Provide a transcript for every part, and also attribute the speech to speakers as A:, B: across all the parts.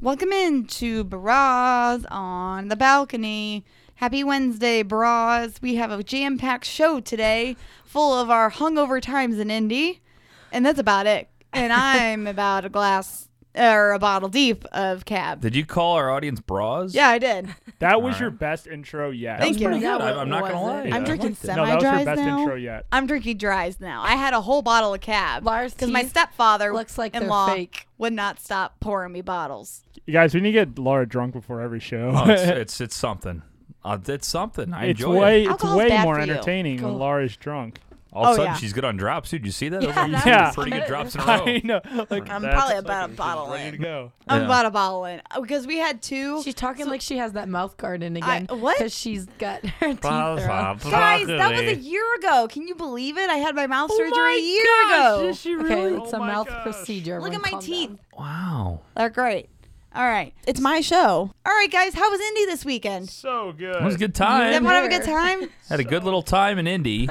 A: Welcome in to Bras on the Balcony. Happy Wednesday, Bras. We have a jam packed show today full of our hungover times in Indy. And that's about it. And I'm about a glass or a bottle deep of cab.
B: Did you call our audience bras?
A: Yeah, I did.
C: That was
B: Alright.
C: your best intro yet.
A: Thank
B: That's
A: you.
B: pretty
A: That
B: good. I- I'm not
D: was
B: gonna lie.
D: it.
B: I
A: I'm drinking
B: liked it.
C: no, that was your
A: semi-dries
C: best
A: now.
C: intro yet.
A: I'm drinking dries now. I had a whole bottle of cab.
D: Lars
A: because my
D: teeth
A: stepfather
D: looks like they're
A: in law
D: fake.
A: would not stop pouring me bottles.
C: You guys, we need to get Laura drunk before every show.
B: Oh, it's, it's it's something. Uh, it's something. I
C: it's
B: enjoy
C: way
B: it.
C: it's
A: Alcohol's
C: way
A: bad
C: more
A: for you.
C: entertaining
D: Go.
C: when Laura's drunk.
B: All of a
A: Oh,
B: sudden,
A: yeah.
B: she's good on drops, dude. You see that? Those
D: Yeah,
B: are
D: that
B: two
C: was-
B: pretty good drops in a row.
C: I know. Like,
A: I'm
C: that's-
A: probably about a bottle in.
C: No.
A: I'm
B: Yeah.
A: about a bottle in because we had two.
D: She's talking like she has that mouth guard in
A: I-
D: again.
A: what?
D: Because she's got her teeth. are out.
A: Guys, that was a year ago. Can you believe it? I had Oh my mouth surgery a year ago.
D: Okay, it's a
C: Oh my
D: mouth
C: gosh.
D: procedure.
A: Look at
D: Everyone
A: my
D: calm
A: teeth.
D: down.
B: Wow.
A: They're great. All right, it's my show. All right, guys, how was Indy this weekend?
C: So good.
B: That was a good
A: Did
B: time.
A: everyone have a good time?
B: Had a good little time in Indy.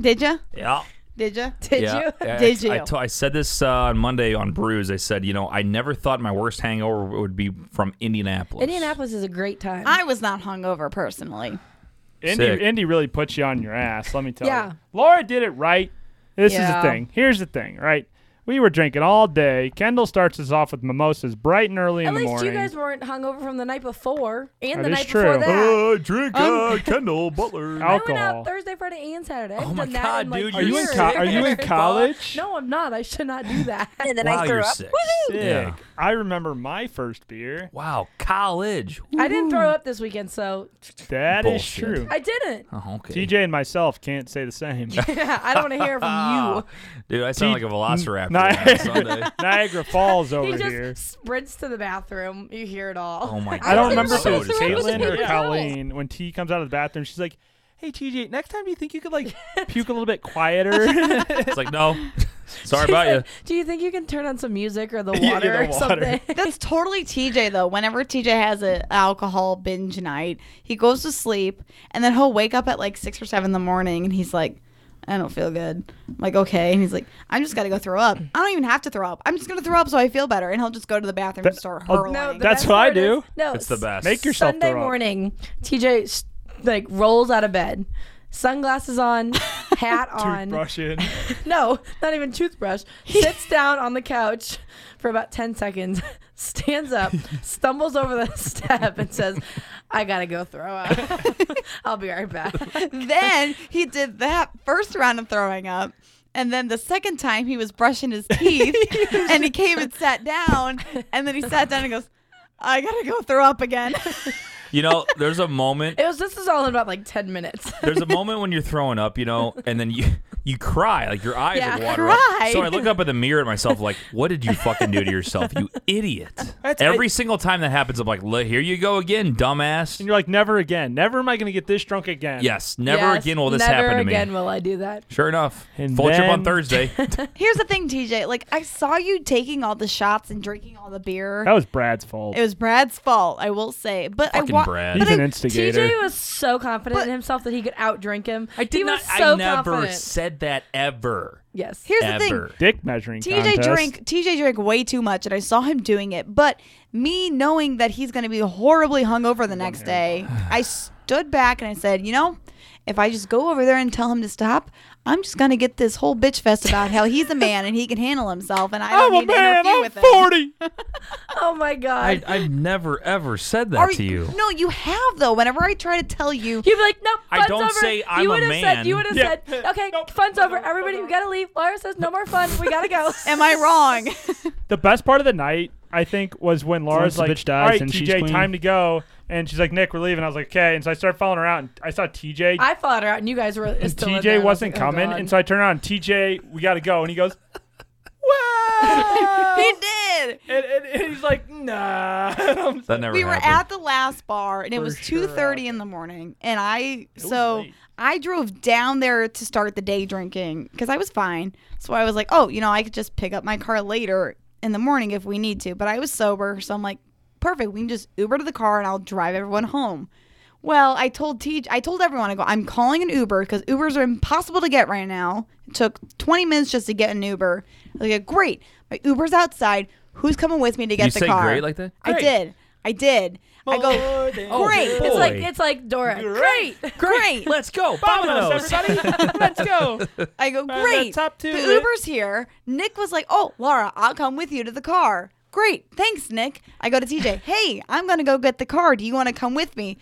A: Did ya?
B: yeah.
A: Did ya?
D: Did
B: yeah.
D: you?
B: I-
A: Did
B: I,
A: you?
B: t- I said this uh, on Monday on Brews. I said, you know, I never thought my worst hangover would be from Indianapolis.
D: Indianapolis is a great time.
A: I was not hungover personally.
C: Indy,
B: Sick.
C: Indy really puts you on your ass, let me tell
D: Yeah.
C: you. Laura did it right. This
D: Yeah.
C: is the thing. Here's the thing, right? We were drinking all day. Kendall starts us off with mimosas bright and early
D: At
C: in the
D: least
C: morning.
D: you guys weren't hungover from the night before and
C: That
D: the
C: is
D: night
C: true.
D: before that.
B: drink uh, Kendall Butler.
D: I
C: I'll-
D: went
C: alcohol.
D: out Thursday, Friday, and Saturday. I
B: Oh
D: haven't
B: my
D: done that
B: God,
D: in, like,
B: dude,
C: are you in
D: years.
C: co- are you in college?
D: No, I'm not. I should not do that.
E: and then
B: wow,
E: I
B: you're
E: threw up.
B: sick.
C: Sick.
B: Yeah.
C: I remember my first beer.
B: Wow, college.
D: I didn't throw up this weekend, so
C: That is
B: Bullshit.
C: true.
D: I didn't.
B: Oh, okay.
C: TJ and myself can't say the same.
D: I don't want to hear from you.
B: Dude, I sound like a
C: T-
B: velociraptor
C: Ni-
B: on Sunday.
C: Niagara Falls over
D: He just
C: here.
D: sprints to the bathroom. You hear it all.
B: Oh my god.
C: I don't remember if
B: so
C: it was
D: disgusting.
C: Caitlin
D: Paper
C: or
D: towels.
C: Colleen when T comes out of the bathroom. She's like, "Hey TJ, next time do you think you could like puke a little bit quieter?"
B: It's like, no. Sorry
D: She's
B: about
D: like, Do you think you can turn on some music or the water
C: yeah,
D: or
C: the water.
D: something?
A: That's totally TJ though. Whenever TJ has an alcohol binge night, he goes to sleep and then he'll wake up at like six or seven in the morning and he's like, I don't feel good. I'm like, okay. And he's like, I'm just gotta go throw up. I don't even have to throw up. I'm just gonna throw up so I feel better. And he'll just go to the bathroom and
C: That-
A: start
C: oh,
A: hurling.
D: the
C: That's
D: best
C: what I
D: part
C: do.
D: is- no,
B: you. It's the
D: s-
B: best.
C: Make yourself
D: Sunday
C: throw up.
D: morning, TJ s- like rolls out of bed, sunglasses on, hat on.
C: Toothbrush in.
D: No, not even toothbrush. Sits down on the couch for about ten seconds, stands up, stumbles over the step, and says, "I gotta go throw up. I'll be right back."
A: then he did that first round of throwing up. And then the second time he was brushing his teeth and he came and sat down. And then he sat down and goes, I gotta go throw up again.
B: You know, there's a moment
D: It was. This is all in about like ten minutes.
B: there's a moment when you're throwing up, you know, and then you you cry, like your eyes
D: Yeah,
B: are watering.
A: cry.
B: So I look up in the mirror at myself, like, what did you fucking do to yourself, you idiot?
C: That's-
B: Every single time that happens, I'm like, "Le- here you go again,
C: And
B: dumbass.
C: you're like, "Never again. Never am I going to get this drunk again."
B: Yes, never again will this happen to
D: Never
B: me.
D: again will I do that.
B: Sure enough,
C: And
B: full trip on
C: then-
B: Thursday.
A: Here's the thing, TJ. Like, I saw you taking all the shots and drinking all the beer.
C: That was Brad's fault.
A: It was Brad's fault, I will say. But
B: Fucking
A: I wa-
B: Brad.
C: He's
A: But
C: an
A: I,
C: instigator.
D: TJ was so confident
A: But-
D: in himself that he could outdrink him.
B: I did
D: he
B: not.
D: was so
B: I never
D: confident.
B: said that ever.
D: yes.
A: here's the thing.
B: ever.
C: Dick measuring
A: TJ
C: contest.
A: drank TJ drank way too much and I saw him doing it. But me knowing that he's gonna be horribly hungover the next day, I stood back and I said, you know, if I just go over there and tell him to stop, I'm just gonna get this whole bitch fest about how he's a man and he can handle himself and I don't
C: I'm a
A: need to
C: man.
A: interfere
C: I'm
A: with him.
C: 40.
D: oh my
B: I,
D: god.
B: I've never ever said that
A: Are
B: to you.
A: No, you have though. Whenever I try to tell you,
D: You'd be like, nope.
B: I
D: fun's
B: don't
D: over.
B: say I'm
D: you
B: a
D: would have
B: man.
D: said. You would have
C: Yeah.
D: said. Okay,
C: Nope,
D: fun's
C: fun's
D: over.
C: over,
D: Everybody,
C: fun's
D: we gotta leave. Laura says no more fun. We gotta go.
A: am I wrong?
C: the best part of the night, I think, was when Laura's
F: the
C: like,
F: bitch dies,
C: "All right,
F: then she's
C: TJ,
F: queen."
C: time to go," and she's like, "Nick, we're leaving." I was like, "Okay," and so I started following her out, and I saw TJ
D: I followed her out, and you guys were. Still in there,
C: TJ
D: and I was
C: wasn't
D: like, oh,
C: coming,
D: God.
C: and so I turned around. TJ, we gotta go, and he goes,
A: he did.
C: and, and, and he's like, nah. And I'm
B: That never.
A: we were
B: happened.
A: at the last bar and it was
C: sure
A: 2.30 in the morning and i so
C: late.
A: i drove down there to start the day drinking because i was fine so i was like oh you know i could just pick up my car later in the morning if we need to but i was sober so i'm like perfect we can just uber to the car and i'll drive everyone home well i told TJ, I told everyone i go i'm calling an uber because ubers are impossible to get right now it took 20 minutes just to get an uber I was like great my uber's outside who's coming with me to
B: you
A: get the
B: say
A: car?
B: great like that?
A: I did. I did. I go
C: More than
B: Oh,
A: Great.
B: boy.
D: It's like it's like Dora. Great.
A: great.
B: Let's go.
C: Domino's,
B: Domino's.
C: everybody. Let's go.
A: I go
C: the
A: great.
C: top two
A: the
C: li-
A: Uber's here. Nick was like, "Oh, Laura, I'll come with you to the car." Great, thanks, Nick. I go to TJ. Hey, I'm gonna go get the car. Do you want to come with me?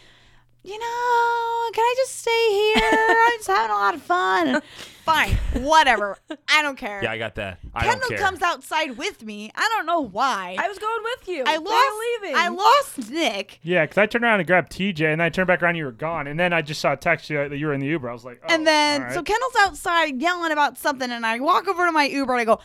A: You know, can I just stay here? I'm just having a lot of fun. Fine, whatever. I don't care.
B: Yeah, I got that. I
A: Kendall
B: don't care.
A: comes outside with me. I don't know why.
D: I was going with you.
A: I
D: They were
A: lost.
D: leaving.
A: I lost Nick.
C: Yeah, because I turned around and grabbed TJ, and then I turned back around, you were gone, and then I just saw a text you that you were in the Uber. I was like, oh,
A: And then,
C: all right.
A: so Kendall's outside yelling about something, and I walk over to my Uber and I go,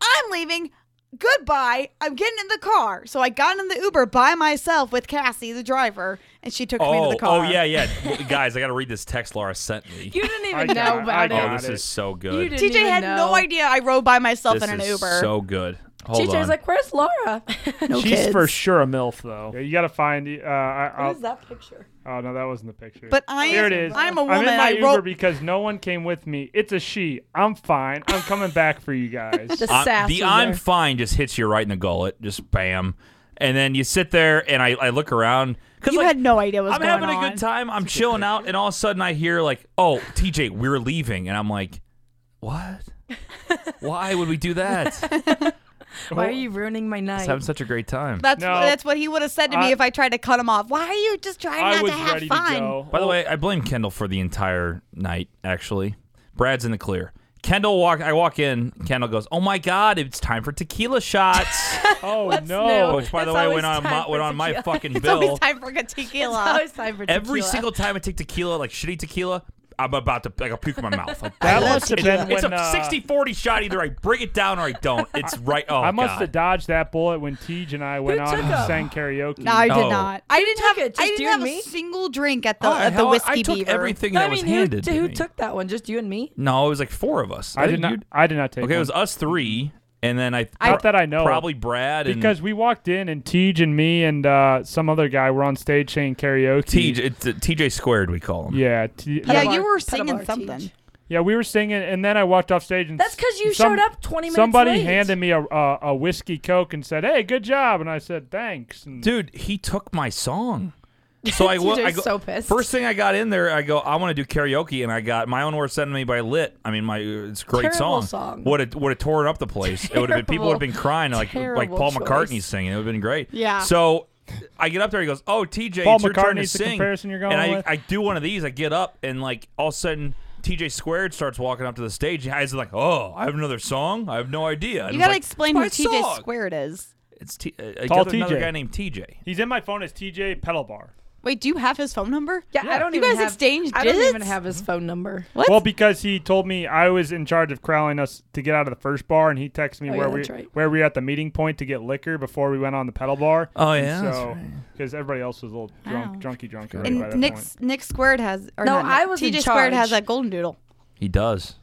A: I'm leaving. Goodbye. I'm getting in the car. So I got in the Uber by myself with Cassie, the driver, and she took me to
B: Oh,
A: the
B: oh
A: car.
B: yeah, yeah. W- Guys, I got to read this text Laura sent me.
D: You didn't
C: I
D: even
C: got
D: know
C: it.
D: about
C: I
B: oh,
D: it.
C: got
B: this
C: it.
B: is so good.
D: You didn't
A: TJ
D: even
A: had
D: know.
A: no idea I rode by myself
B: this
A: in an
B: is
A: Uber.
B: so good. Hold
D: TJ's
B: on.
D: like, "Where's Laura?" no
C: she's for sure a milf though. Yeah, you gotta find. Uh, I,
D: What
C: I'll,
D: is that picture?
C: oh no, that wasn't the picture.
A: but I,
C: Here it is.
A: I'm a
C: I'm
A: woman.
C: in my
A: I
C: Uber
A: rode.
C: because no one came with me. It's a she. I'm fine. I'm coming back for you guys.
D: The
B: I'm-
D: sass.
B: the
D: was
B: I'm
D: there.
B: fine just hits you right in the gullet, just bam. And then you sit there, and I, I look around because
A: you
B: like,
A: had no idea what was
B: I'm
A: going
B: having
A: on.
B: a good time. I'm chilling out, and all of a sudden I hear like, "Oh, TJ, we're leaving," and I'm like, "What? Why would we do that?
D: Why are you ruining my
B: It's
D: night?
B: having such a great time."
A: That's
C: No.
A: that's what he would have said to me
C: I-
A: if I tried to cut him off. Why are you just trying
C: I
A: not
C: was
A: to have
C: ready
A: fun?
C: to go. Oh,
B: By the way, I blame Kendall for the entire night. Actually, Brad's in the clear. Kendall walk. I walk in. Kendall goes, "Oh my God, it's time for tequila shots."
C: Oh
D: What's
C: no.
D: new?
B: Which, by the
D: It's
B: way,
D: always
B: went on
D: time
B: my,
D: for
B: went on my
D: tequila.
B: fucking
A: It's always
B: bill.
A: time for tequila.
D: It's always time for
B: Every
D: tequila.
B: single time I take tequila, like shitty tequila, I'm about to like I'll puke in my mouth. Like,
C: That
B: I love
C: must have
B: tequila.
C: been
B: it's
C: when,
B: a
C: uh,
B: 60-40 shot. Either I break it down or I don't. It's right. Oh,
C: I must
B: God.
C: have dodged that bullet when Tej and I went
D: Who
C: on
D: took
C: and
D: him?
C: sang karaoke.
A: No, I did
B: No.
A: not. I didn't
D: took
A: have
D: it?
A: I
D: Just
A: didn't
D: you
A: have
D: and
A: a
D: me?
A: single drink at the
B: Oh,
A: at the
B: hell, I-
A: whiskey
B: I took
A: beaver.
B: everything
D: No,
B: that
D: I mean,
B: was
D: who,
B: handed.
D: t-
B: to
D: who
B: me.
D: took that one? Just you and me?
B: No, it was like four of us.
C: I did
B: You-
C: not. I did not take.
B: Okay, it
C: one.
B: was us three, and then I.
A: I-
C: Not that I know of.
B: Probably Brad and
C: because we walked in and Tej and me and uh, some other guy were on stage saying karaoke.
B: TJ. It's uh, TJ squared. We call him.
C: Yeah, T-
A: Yeah,
D: Pedal
A: you
D: bar-
A: were
D: pedal
A: singing
D: bar
A: something.
D: teach.
C: yeah, we were singing, and then I walked off stage and
D: That's because you
C: some-
D: showed up 20 minutes
C: Somebody
D: late.
C: handed me a, a a whiskey coke and said, "Hey, good job," and I said, "Thanks." And
B: Dude, he took my song. So I, wa-
D: TJ's
B: I go,
D: so pissed.
B: First thing I got in there, I go, I want to do karaoke, and I got my own words sent to me by Lit. I mean, my it's a great
D: Terrible
B: song.
D: song.
B: Would have would have torn up the place. it would have been people would have been
D: Terrible,
B: crying like like
D: terrible
B: Paul
D: choice.
B: McCartney singing. It would have been great.
A: Yeah.
B: So I get up there. He goes, Oh, TJ,
C: Paul
B: it's your turn to
C: McCartney's the
B: sing.
C: comparison you're going
B: and I
C: with?
B: I do one of these. I get up and like all of a sudden. TJ Squared starts walking up to the stage. He's like, "Oh, I have another song. I have no idea." And
A: You
B: I was
A: gotta
B: like,
A: explain who
B: "It's my
A: TJ
B: song."
A: Squared is.
B: It's T- uh,
C: Tall
B: another
C: TJ.
B: guy named TJ.
C: he's in my phone as TJ Pedalbar.
A: Wait, do you have his phone number?
D: Yeah, I don't
A: You
D: even
A: guys
D: have,
A: exchanged
D: I don't even
A: digits?
D: have his phone number.
A: What?
C: Well, because he told me I was in charge of corralling us to get out of the first bar, and he texted me
D: Oh, yeah,
C: where we
D: that's right.
C: where we were at the meeting point to get liquor before we went on the pedal bar.
B: Oh,
C: And
B: yeah, that's
C: so
B: right.
C: because everybody else was a little drunk,
A: Wow.
C: drunky, drunk. already by
A: and
C: that
A: Nick's, Nick Squared has. Or
D: No,
A: not Nick,
D: I was
A: TJ
D: in
A: Squared has
D: charge.
A: that golden doodle.
B: He does.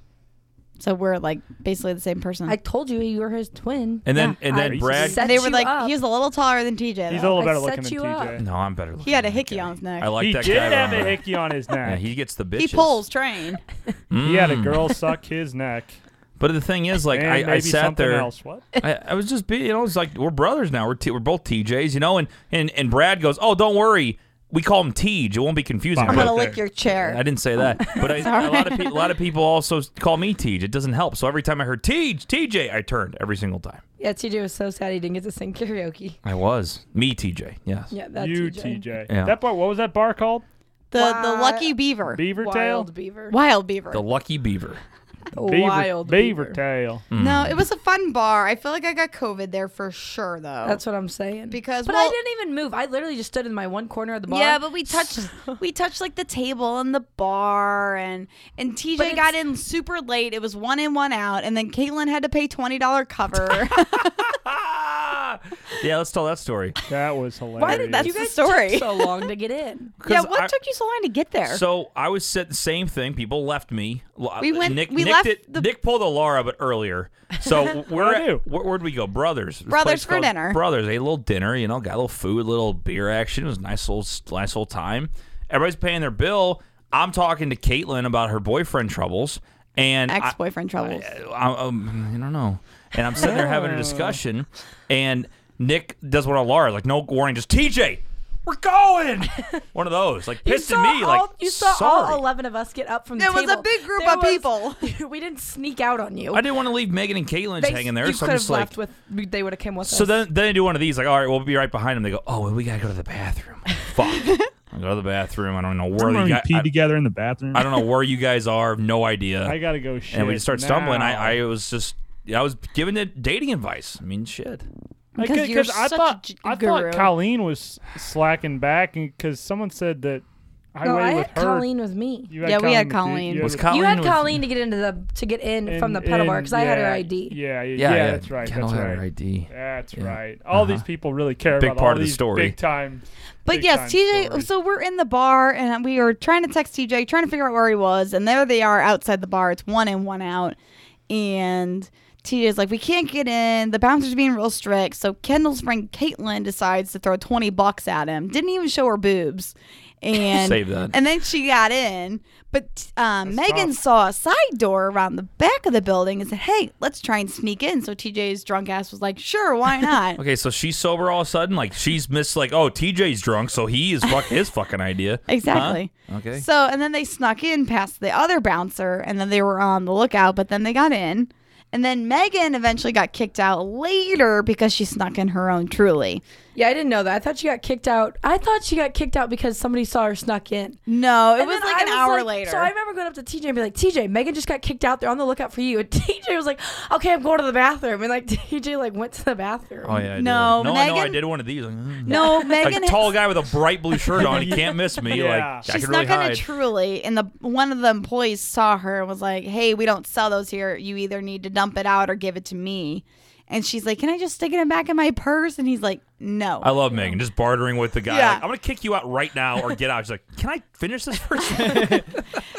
A: So we're like basically the same person.
D: I told you you were his twin.
B: And then
D: Yeah,
B: and then
D: I-
B: Brad.
D: set
A: and they were
D: you
A: like,
D: up.
A: he was a little taller than TJ.
C: point. he's a
A: though.
C: little
D: I
C: better
D: set
C: looking than
D: you
C: TJ.
B: no, I'm better. Looking
A: he had a
B: than that
A: hickey
B: guy.
A: on his neck.
B: I like
C: he
B: that
C: did
B: guy.
C: have a
B: Rhonda.
C: hickey on his neck.
B: Yeah, he gets the bitches.
A: he pulls train.
C: He had a
B: Mm.
C: girl suck his neck.
B: But the thing is, like,
C: and
B: I,
C: maybe
B: I sat
C: something
B: there.
C: else. What?
B: I, I was just, being, you know, it's like we're brothers now. We're t- we're both TJs, you know. And and and Brad goes, "Oh, don't worry, we call him Tej. It won't be confusing."
A: I'm
C: Right
A: gonna
B: But-
C: there.
A: lick your chair.
B: I didn't say that, but I, a lot of pe- a lot of people also call me Tej. It doesn't help. So every time I heard Tej, TJ, I turned every single time.
D: Yeah, TJ was so sad he didn't get to sing karaoke.
B: I was me TJ. Yes.
D: Yeah, that's
C: you
D: TJ.
C: TJ.
B: Yeah.
C: That bar. What was that bar called?
A: the the
D: Why-
A: lucky beaver,
C: Beaver
D: Wild
C: Tail.
D: Beaver.
A: wild beaver.
B: The Lucky Beaver.
C: Beaver,
D: Wild
C: Beaver,
D: Beaver.
C: Tail.
A: no, it was a fun bar. I feel like I got COVID there for sure, though.
D: That's what I'm saying.
A: Because,
D: but I
A: well-
D: didn't even move. I literally just stood in my one corner of the bar.
A: Yeah, but we touched we touched like the table and the bar and and
D: But
A: TJ
D: it's-
A: got in super late. It was one in one out, and then Caitlin had to pay twenty dollar cover.
B: Ah! yeah, let's tell that story.
C: That was hilarious.
D: why did
A: That's
D: you
A: the
D: guys
A: story.
D: took so long to get in?
B: 'Cause
A: yeah, what
B: I-
A: took you so long to get there?
B: So I was said the same thing. People left me. L-
A: We went-
B: Nick,
A: we
B: Nick,
A: left
B: did-
A: the-
B: Nick pulled a Laura, but earlier. So we're
C: I do.
B: at, where, where'd we go? Brothers. This
A: Brothers
B: place
A: for
B: called
A: dinner.
B: Brothers. Ate a little dinner. You know, got a little food, little beer action. It was a nice little nice little time. Everybody's paying their bill. I'm talking to Caitlin about her boyfriend troubles and I-
A: Ex boyfriend troubles.
B: I, uh, um, I don't know. And I'm sitting there having a discussion, and Nick does what Laura like, no warning, just TJ, we're going. One of those, like pissed at me,
D: all,
B: like
D: you saw
B: sorry.
D: all 11 of us get up from the
A: There was
D: table.
A: a big group
D: There
A: of
D: was- we didn't sneak out on you.
B: I didn't want to leave Megan and Caitlin just
D: They-
B: hanging there,
D: You
B: so
D: could
B: I'm
D: have
B: just like,
D: left with. They would have came with us.
B: So then, then I do one of these, like, all right, we'll be right behind them. They go, oh, well, we gotta go to the bathroom. Fuck, I go to the bathroom. I don't know where
C: Remember
B: you
C: when we
B: guys.
C: peed
B: I,
C: together in the bathroom?
B: I don't know where you guys are. I've No idea.
C: I gotta go shit.
B: and we just start stumbling.
C: now.
B: I, I was just, I was giving it dating advice. I mean, shit.
C: Like,
A: Because you're
C: I
A: such a
C: thought,
A: j-
C: I
A: guru.
C: thought Colleen was slacking back because someone said that I
D: no,
C: waited
D: I
C: with
D: had
C: her.
D: Colleen with me.
C: You
A: Yeah, we had
C: with
A: Colleen.
C: You, you
B: Was
C: had-
B: Colleen
D: you had
B: was-
D: Colleen to get into the to get in from the pedal bar
C: and-
D: because I had her
C: yeah,
D: ID.
C: Yeah, yeah,
B: Yeah,
C: yeah,
B: yeah.
C: that's right.
B: Kendall
C: That's
B: had her
C: right.
B: ID.
C: That's
B: Yeah.
C: right. All these
B: Uh-huh.
C: people really care
B: Big
C: about
B: part
C: all
B: of the
C: these
B: story.
C: big time.
A: But
C: big
A: yes,
C: time
A: TJ.
C: stories.
A: So we're in the bar and we are trying to text TJ, trying to figure out where he was, and there they are outside the bar. It's one in, one out, and TJ's like, "We can't get in. The bouncer's being real strict." So Kendall's friend Caitlin decides to throw twenty bucks at him. Didn't even show her boobs, and
B: Save that.
A: And then she got in, but um,
C: That's
A: Megan
C: tough.
A: saw a side door around the back of the building and said, "Hey, let's try and sneak in." So TJ's drunk ass was like, "Sure, why not?"
B: Okay, so she's sober all of a sudden. Like she's missed. Like oh, TJ's drunk, so he is fuck his fucking idea. Huh?
A: Exactly.
B: Okay.
A: So, and then they snuck in past the other bouncer, and then they were on the lookout, but then they got in. And then Megan eventually got kicked out later because she snuck in her own truly.
D: Yeah, I didn't know that. I thought she got kicked out. I thought she got kicked out because somebody saw her snuck in.
A: No, it
D: And
A: was
D: then
A: like
D: I
A: an hour
D: like-
A: later.
D: So I remember going up to TJ and be like, TJ, Megan just got kicked out. They're on the lookout for you. And TJ was like, okay, I'm going to the bathroom. And like TJ like went to the bathroom.
B: Oh yeah. I did.
A: No,
B: No, I know. I
A: Megan-
B: did one of these. Like, mm.
A: no, Megan.
B: Like, tall guy with a bright blue shirt on. He can't miss me.
C: Yeah.
B: Like I
A: She
B: can
A: snuck
B: really
A: in a
B: hide.
A: truly, and the one of the employees saw her and was like, "Hey, we don't sell those here. You either need to dump it out or give it to me." And she's like, "Can I just stick it in back in my purse?" And he's like, "No."
B: I love Megan. Just bartering with the guy.
A: Yeah.
B: Like, I'm gonna kick you out right now or get out. She's like, Can I finish this first?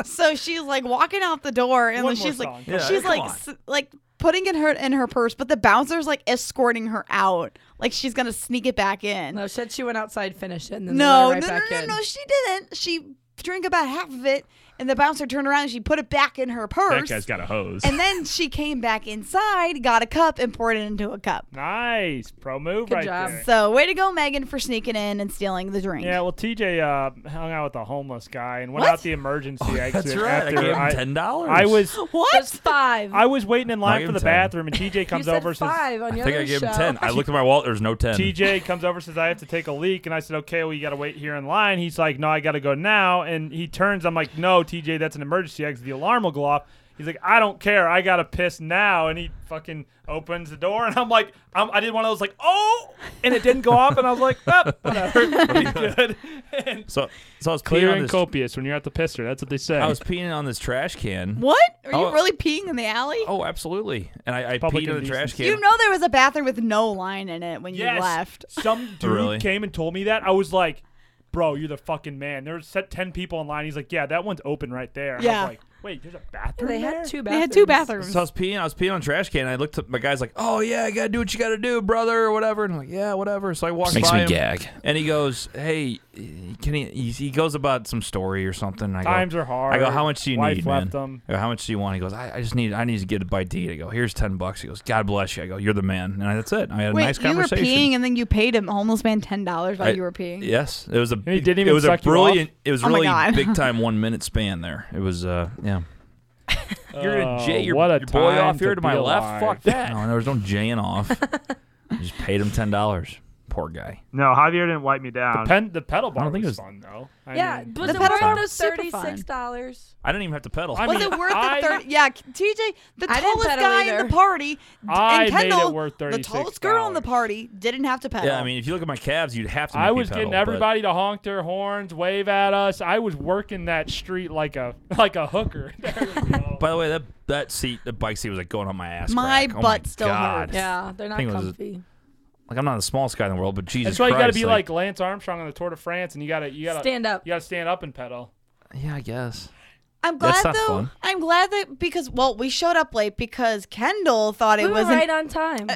A: so she's like walking out the door and
C: One more
A: she's
C: song.
A: like
B: Yeah,
A: she's
B: come
A: like
B: on.
A: s- like putting it in her in her purse but the bouncer's like escorting her out like she's gonna sneak it back in
D: No, said she went outside, finished it, and then
A: no
D: went
A: no
D: right
A: no
D: back
A: no,
D: in.
A: no she didn't she drank about half of it and the bouncer turned around and she put it back in her
C: That
A: purse
C: guy's got a hose.
A: and then she came back inside got a cup and poured it into a cup
C: Nice pro move
D: Good
C: right
D: job.
C: there.
A: so way to go megan for sneaking in and stealing the drink
C: Yeah, well, TJ uh, hung out with a homeless guy and went
A: What?
C: out the emergency exit.
B: Oh, That's right. I
C: After
B: gave
C: I,
B: him ten dollars.
C: I was
D: It was
A: what
D: five.
C: I was waiting in line
B: gave
C: for
B: him
C: the
B: 10.
C: bathroom, and TJ
D: you
C: comes
D: said
C: over. Says,
D: five on
B: I
D: your
B: think
D: other
B: I gave
D: show.
B: him ten. I looked at my wallet. There's no ten.
C: TJ comes over says I have to take a leak, and I said okay, well you got to wait here in line. He's like, no, I got to go now, and he turns. I'm like, no, TJ, that's an emergency exit. The alarm will go off. He's like, I don't care. I gotta piss now, and he fucking opens the door, and I'm like, I'm, I did one of those like, oh, and it didn't go off, and I was like, oh, whatever, Pretty good. And
B: So, so I was
C: clear
B: peeing on
C: and
B: this.
C: copious when you're at the pisser. That's what they say.
B: I was peeing on this trash can.
A: what are you
B: Oh.
A: really peeing in the alley
B: Oh, absolutely. And I, I
C: Public
B: peed in the trash
C: indecency.
B: can.
A: you know there was a bathroom with no line in it when
C: yes.
A: you left
C: Some dude
B: Really?
C: came and told me that. I was like, bro, you're the fucking man. There were set 10 people in line. He's like, yeah, that one's open right there. And I
A: Yeah.
C: was like, wait, there's a bathroom
D: They
C: there?
D: had two bathrooms.
A: They had two bathrooms.
B: so I was peeing. I was peeing on a trash can. And I looked at my guy's like, "Oh yeah, I gotta do what you gotta do, brother, or whatever." And I'm like, "Yeah, whatever." So I walked
E: Makes
B: by
E: me
B: him,
E: gag.
B: and he goes, "Hey, can he?" He, he goes about some story or something. And I go,
C: Times are hard.
B: I go, "How much do you
C: Wife
B: need,
C: left
B: man?"
C: them.
B: I go, "How much do you want?" He goes, I, "I just need. I need to get a bite to eat." I go, "Here's ten bucks." He goes, "God bless you." I go, "You're the man." And I, that's it. I had a
A: Wait,
B: nice
A: you were
B: conversation.
A: peeing and then you paid a homeless man ten dollars while
B: I-
A: you were peeing.
B: Yes, it was a.
C: he didn't even
B: it was a
C: suck you
B: brilliant. It was
A: Oh my
B: really
A: God.
B: big time one minute span there. It was uh yeah. You're gonna
C: Oh,
B: J your,
C: what a
B: your boy
C: time
B: off here to,
C: to
B: my
C: be
B: left.
C: alive.
B: Fuck that. No, there was no Jing off. I just paid him ten dollars. Poor guy.
F: No, Javier didn't wipe me down.
C: Pen, the pedal bar
B: don't think
C: was,
B: it was-
C: fun, though. I
D: Yeah,
C: mean,
D: was
A: The
D: it
A: pedal
D: worth
A: bar
D: those
A: was super fun.
D: thirty-six dollars?
B: I didn't even have to pedal.
C: I
A: Was
C: mean,
A: it worth
C: I-
A: the thirty? Yeah, TJ, the
D: I didn't
A: tallest
D: pedal
A: guy in
D: either.
A: the party, d-
C: I
A: and
C: made it
A: Kendall,
C: worth
A: the tallest girl in the
C: $36.
A: party, didn't have to pedal.
B: yeah, I mean, if you look at my calves, you'd have to. Make
C: I
B: me
C: was
B: pedal,
C: getting
B: but-
C: everybody to honk their horns, wave at us. I was working that street like a like a hooker. There we go.
B: By the way, that that seat, the bike seat, was like going on my ass.
A: My
B: crack. Oh
A: butt still
B: God.
A: hurts.
D: Yeah, they're not
B: think it was-
D: comfy.
B: Like I'm not the smallest guy in the world, but Jesus
C: That's why you got to
B: Christ,
C: be like, Lance Armstrong on the Tour de France, and you got to you got to
D: Stand up.
C: You got to stand up and pedal.
B: yeah, I guess.
A: I'm glad
B: That's
A: though.
B: not fun.
A: I'm glad that because well, we showed up late because Kendall thought it
D: We
A: Uh,
D: were
A: was. an-
D: right on time.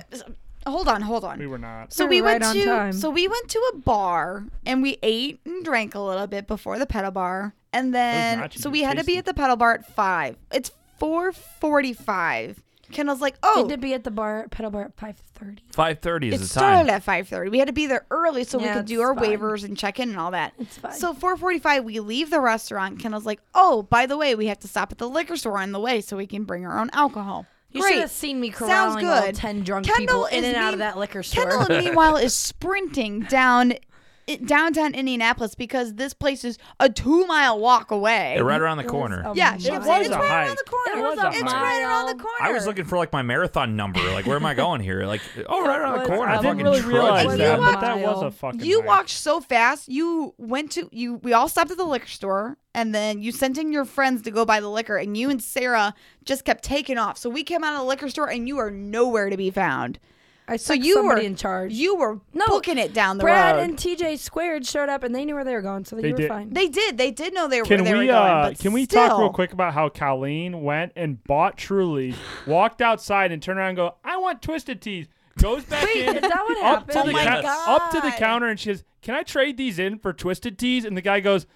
A: hold on, hold on.
C: We were not.
A: so
D: We
A: we,
D: were
A: went
D: right on
A: to
D: time.
A: so we went to a bar and we ate and drank a little bit before the pedal bar and then
C: nachos
A: so
C: are
A: we had to be
C: tasty.
A: at the pedal bar at five it's 4.45 Kendall's like,
D: We
A: oh,
D: had to be at the bar, pedal bar at 5:30.
B: Five thirty is
A: it
B: the time.
A: started at 5.30 we had to be there early so we
D: Yeah,
A: could do
D: it's
A: our
D: fine.
A: waivers and check in and all that
D: It's fine.
A: so 4.45 we leave the restaurant kendall's like oh by the way we have to stop at the liquor store on the way so we can bring our own alcohol
D: You
A: Great.
D: should have seen me
A: Sounds
D: corralling all
A: good.
D: ten drunk
A: Kendall
D: people in
A: is
D: and out
A: mean-
D: of that liquor store.
A: Kendall, meanwhile, is sprinting down i- downtown Indianapolis because this place is a two mile walk away.
B: Yeah, right around the
D: It was
B: corner.
D: a
A: yeah, she
D: mile.
A: was saying
C: was
A: it's
C: a
A: right around
C: hike.
A: the corner.
D: It was a
A: it's right around the corner.
B: I was looking for like my marathon number. Like, where am I going here? Like, oh, right around the
D: What?
B: corner.
D: I
C: I
D: didn't
B: fucking
C: really
B: trudge
C: realize
B: down.
C: that,
D: that.
C: but that was a
D: Mile.
C: fucking.
A: You
C: hike.
A: walked so fast. You went to you. We all stopped at the liquor store, and then you sent in your friends to go buy the liquor, and you and Sarah just kept taking off. So we came out of the liquor store, and you are nowhere to be found.
D: I
A: So
D: stuck
A: you were
D: somebody in charge.
A: You were
D: No,
A: booking it down the
D: Brad
A: road.
D: and TJ squared showed up and they knew where they were going, so they,
C: They
D: you were
C: did.
D: fine.
A: they did. They did know they were.
C: Can
A: they were
C: we
A: going,
C: uh,
A: but
C: can we talk real
A: still.
C: quick about how Colleen went and bought Truly, walked outside and turned around and go, I want twisted teas. Goes back
D: Wait,
C: in
D: is that what
C: up to
D: happened?
C: the
B: Oh my
C: coun-
A: God.
C: up to the counter and she goes, Can I trade these in for twisted teas? And the guy goes,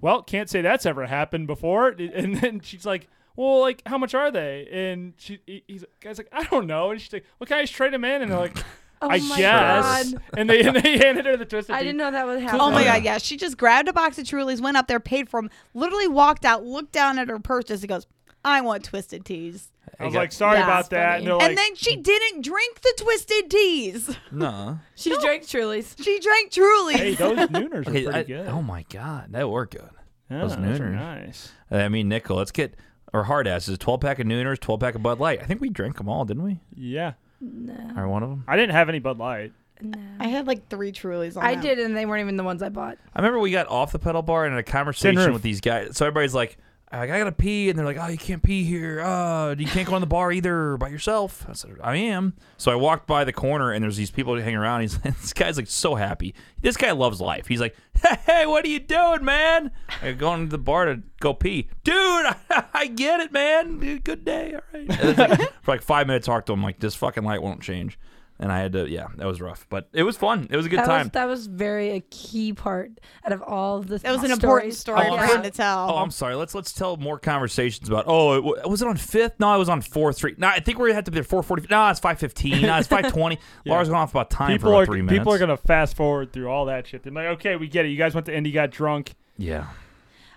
C: Well, can't say that's ever happened before. And then she's like, Well, like how much are they? And she he- he's guy's like, I don't know. And she's like, Well, can I just trade them in? And they're like,
D: Oh
C: I
D: my
C: guess.
D: God.
C: And they and they handed her the twisted
D: I
C: tea.
D: didn't know that was happening.
A: Oh my
B: Yeah.
A: god, yeah. She just grabbed a box of Trulies, went up there, paid for them, literally walked out, looked down at her purchase, and goes, "I want twisted teas."
C: I was
B: got-
C: like, sorry
D: Yeah,
C: about
D: it's
C: that.
D: funny.
C: And they're like,
A: and then she didn't drink the twisted teas.
B: No.
D: She drank Truly's.
A: She drank Trulies.
C: Hey, those Nooners are
B: Okay,
C: pretty
B: I-
C: good.
B: oh my god, that were good.
C: Yeah,
B: Those
C: are
B: Nooners.
C: nice.
B: I mean, nickel. Let's get our hard asses. Twelve pack of Nooners, twelve pack of Bud Light. I think we drank them all, didn't we?
C: Yeah,
B: Or one of them.
C: I didn't have any Bud Light.
A: I had like three Trulies on
D: I
A: that.
D: did, and they weren't even the ones I bought.
B: I remember we got off the pedal bar and had a
C: Tin
B: conversation
C: roof.
B: with these guys. So everybody's like, like, I gotta pee, and they're like, "Oh, you can't pee here. Uh, you can't go on the bar either by yourself." I said, "I am." So I walked by the corner, and there's these people hanging around. He's like, "This guy's like so happy. This guy loves life." He's like, "Hey, what are you doing, man?" I go into the bar to go pee, dude. I, get it, man. Dude, good day. All right. And it's like- for like five minutes, I talked to him like this fucking light won't change, and I had to. Yeah, that was rough, but it was fun. It was a good
D: that
B: time.
D: was that was very a key part out of all the.
A: That was an important story
B: Oh,
A: for
B: I'm
A: him to tell.
B: Oh, I'm sorry. Let's let's tell more conversations about. Oh, it wa- was it on Fifth? No, I was on Fourth Street. No, I think we had to be at four forty. No, it's five fifteen. No, it's five twenty. Lars went off about time
C: People
B: for about
C: are
B: three minutes.
C: people are gonna fast forward through all that shit. They're like, okay, we get it. You guys went to Indy, got drunk,
B: yeah.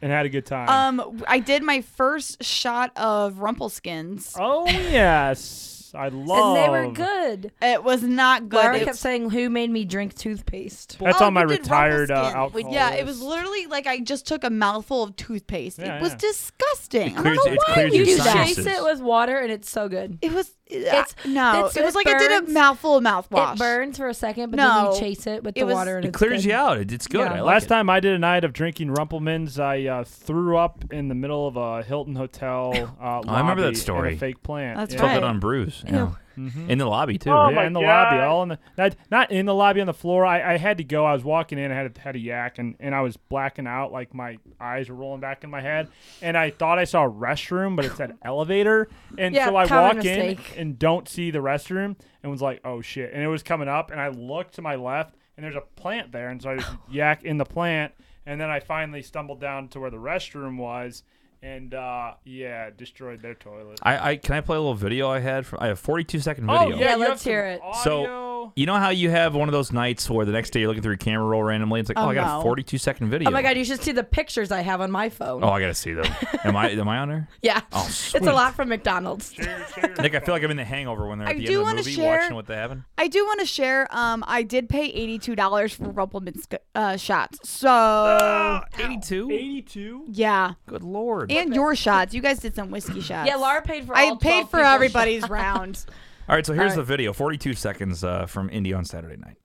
C: and had a good time.
A: um, I did my first shot of Rumpelskins.
C: oh yes, I
D: and
C: love.
D: they were good.
A: It was not good.
D: Laura
A: It's-
D: kept saying, "Who made me drink toothpaste?"
C: That's
A: Oh,
C: on my
A: you did
C: retired uh,
A: Rumpelstiltskin.
C: alcohol.
A: Like, Yeah, it was
C: list.
A: literally like I just took a mouthful of toothpaste.
C: Yeah,
A: it was
C: yeah.
A: disgusting. I
B: clears-
A: don't know
B: it
A: why
B: clears
A: you
B: your
A: do
D: You
A: that.
D: chase
B: sinuses.
D: it with water, and it's so good.
A: It was it's,
D: It's-
A: no.
D: it's-
A: it was
D: it
A: like I did a
D: burns.
A: mouthful of mouthwash.
D: It burns for a second, but then
A: No.
D: you chase it with
A: It
D: the
A: was-
D: water, and
B: It
D: it's
B: clears
D: good.
B: you out. It, it's good.
D: Yeah.
B: I like
C: Last
B: it.
C: time I did a night of drinking Rumplemans, I uh, threw up in the middle of a Hilton hotel. Uh,
B: Oh, I remember that
C: lobby in a
B: story.
C: fake plant.
A: That's
C: yeah.
B: Felt
A: right.
B: it on Bruce. Yeah. In the lobby too.
C: Oh
B: right?
C: yeah, in the lobby, all in the not, not in the lobby on the floor. I, I had to go. I was walking in. I had a, had a yak, and, and I was blacking out. Like my eyes were rolling back in my head, and I thought I saw a restroom, but it said elevator, and
D: Yeah,
C: so I
D: common
C: walk
D: mistake.
C: in and don't see the restroom, and was like, oh shit, and it was coming up, and I looked to my left, and there's a plant there, and so I just yak in the plant, and then I finally stumbled down to where the restroom was, and uh, yeah, destroyed their toilet.
B: I, I can I play a little video I had. From, I have forty two second
C: Oh
B: video.
C: yeah,
D: Yeah,
C: you have
D: let's
C: some
D: hear it.
B: So-
C: audio.
B: You know how you have one of those nights where the next day you're looking through your camera roll randomly. It's like, oh,
A: Oh,
B: I got
A: no.
B: a 42 second video.
D: Oh my god, you should see the pictures I have on my phone.
B: Oh, I gotta see them. Am I am I on there?
D: yeah,
B: Oh,
D: it's a lot from McDonald's.
B: Nick, I feel like I'm in the Hangover when they're at
A: I
B: the
A: do
B: end of the
A: wanna
B: movie
A: share-
B: watching what they haven't.
A: I do want to share. Um, I did pay eighty two dollars for Rumpleman's uh, shots. So
B: 82.
C: 82?
A: yeah,
B: Good lord.
A: and your shots. You guys did some whiskey shots.
D: Yeah, Laura paid for.
A: I
D: all
A: paid
D: 12
A: for
D: people's
A: everybody's round.
B: All right, so here's
D: All right.
B: the video 42 seconds uh, from Indy on Saturday night.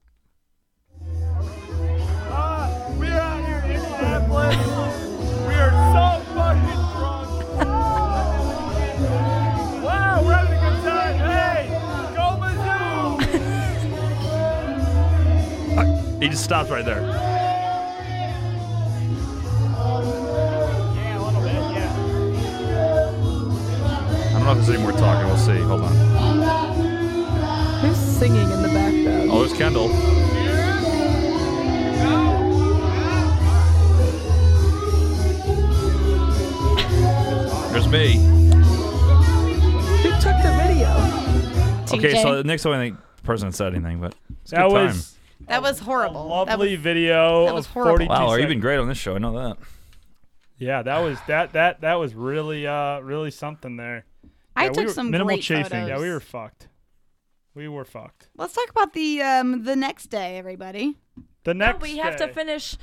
C: We're out here in Indianapolis. We are so fucking drunk. wow, we're having a good time. Hey, go Mizzou!
B: He just stops right there.
C: yeah, a little bit, yeah.
B: I don't know if there's any more talking. We'll see. Hold on.
D: Who's singing in the background?
B: Oh, there's Kendall. There's me.
D: Who took the video?
B: Okay,
A: TJ.
B: so Nick's the only person that said anything, but it's a
C: that
B: good time.
C: was
A: that was
C: a
A: horrible. That
C: lovely
A: was-
C: video.
A: that was
C: of
A: horrible.
C: 42
B: Wow, or you've
C: seconds.
B: been great on this show. I know that.
C: Yeah, that was that that that was really uh really something there.
A: I
C: Yeah, we
A: took
C: were-
A: some
E: minimal
A: great
E: chafing.
A: photos.
C: Yeah, we were fucked. We were fucked.
A: Let's talk about the um the next day, everybody.
C: The next
D: we have
C: day-
D: to finish.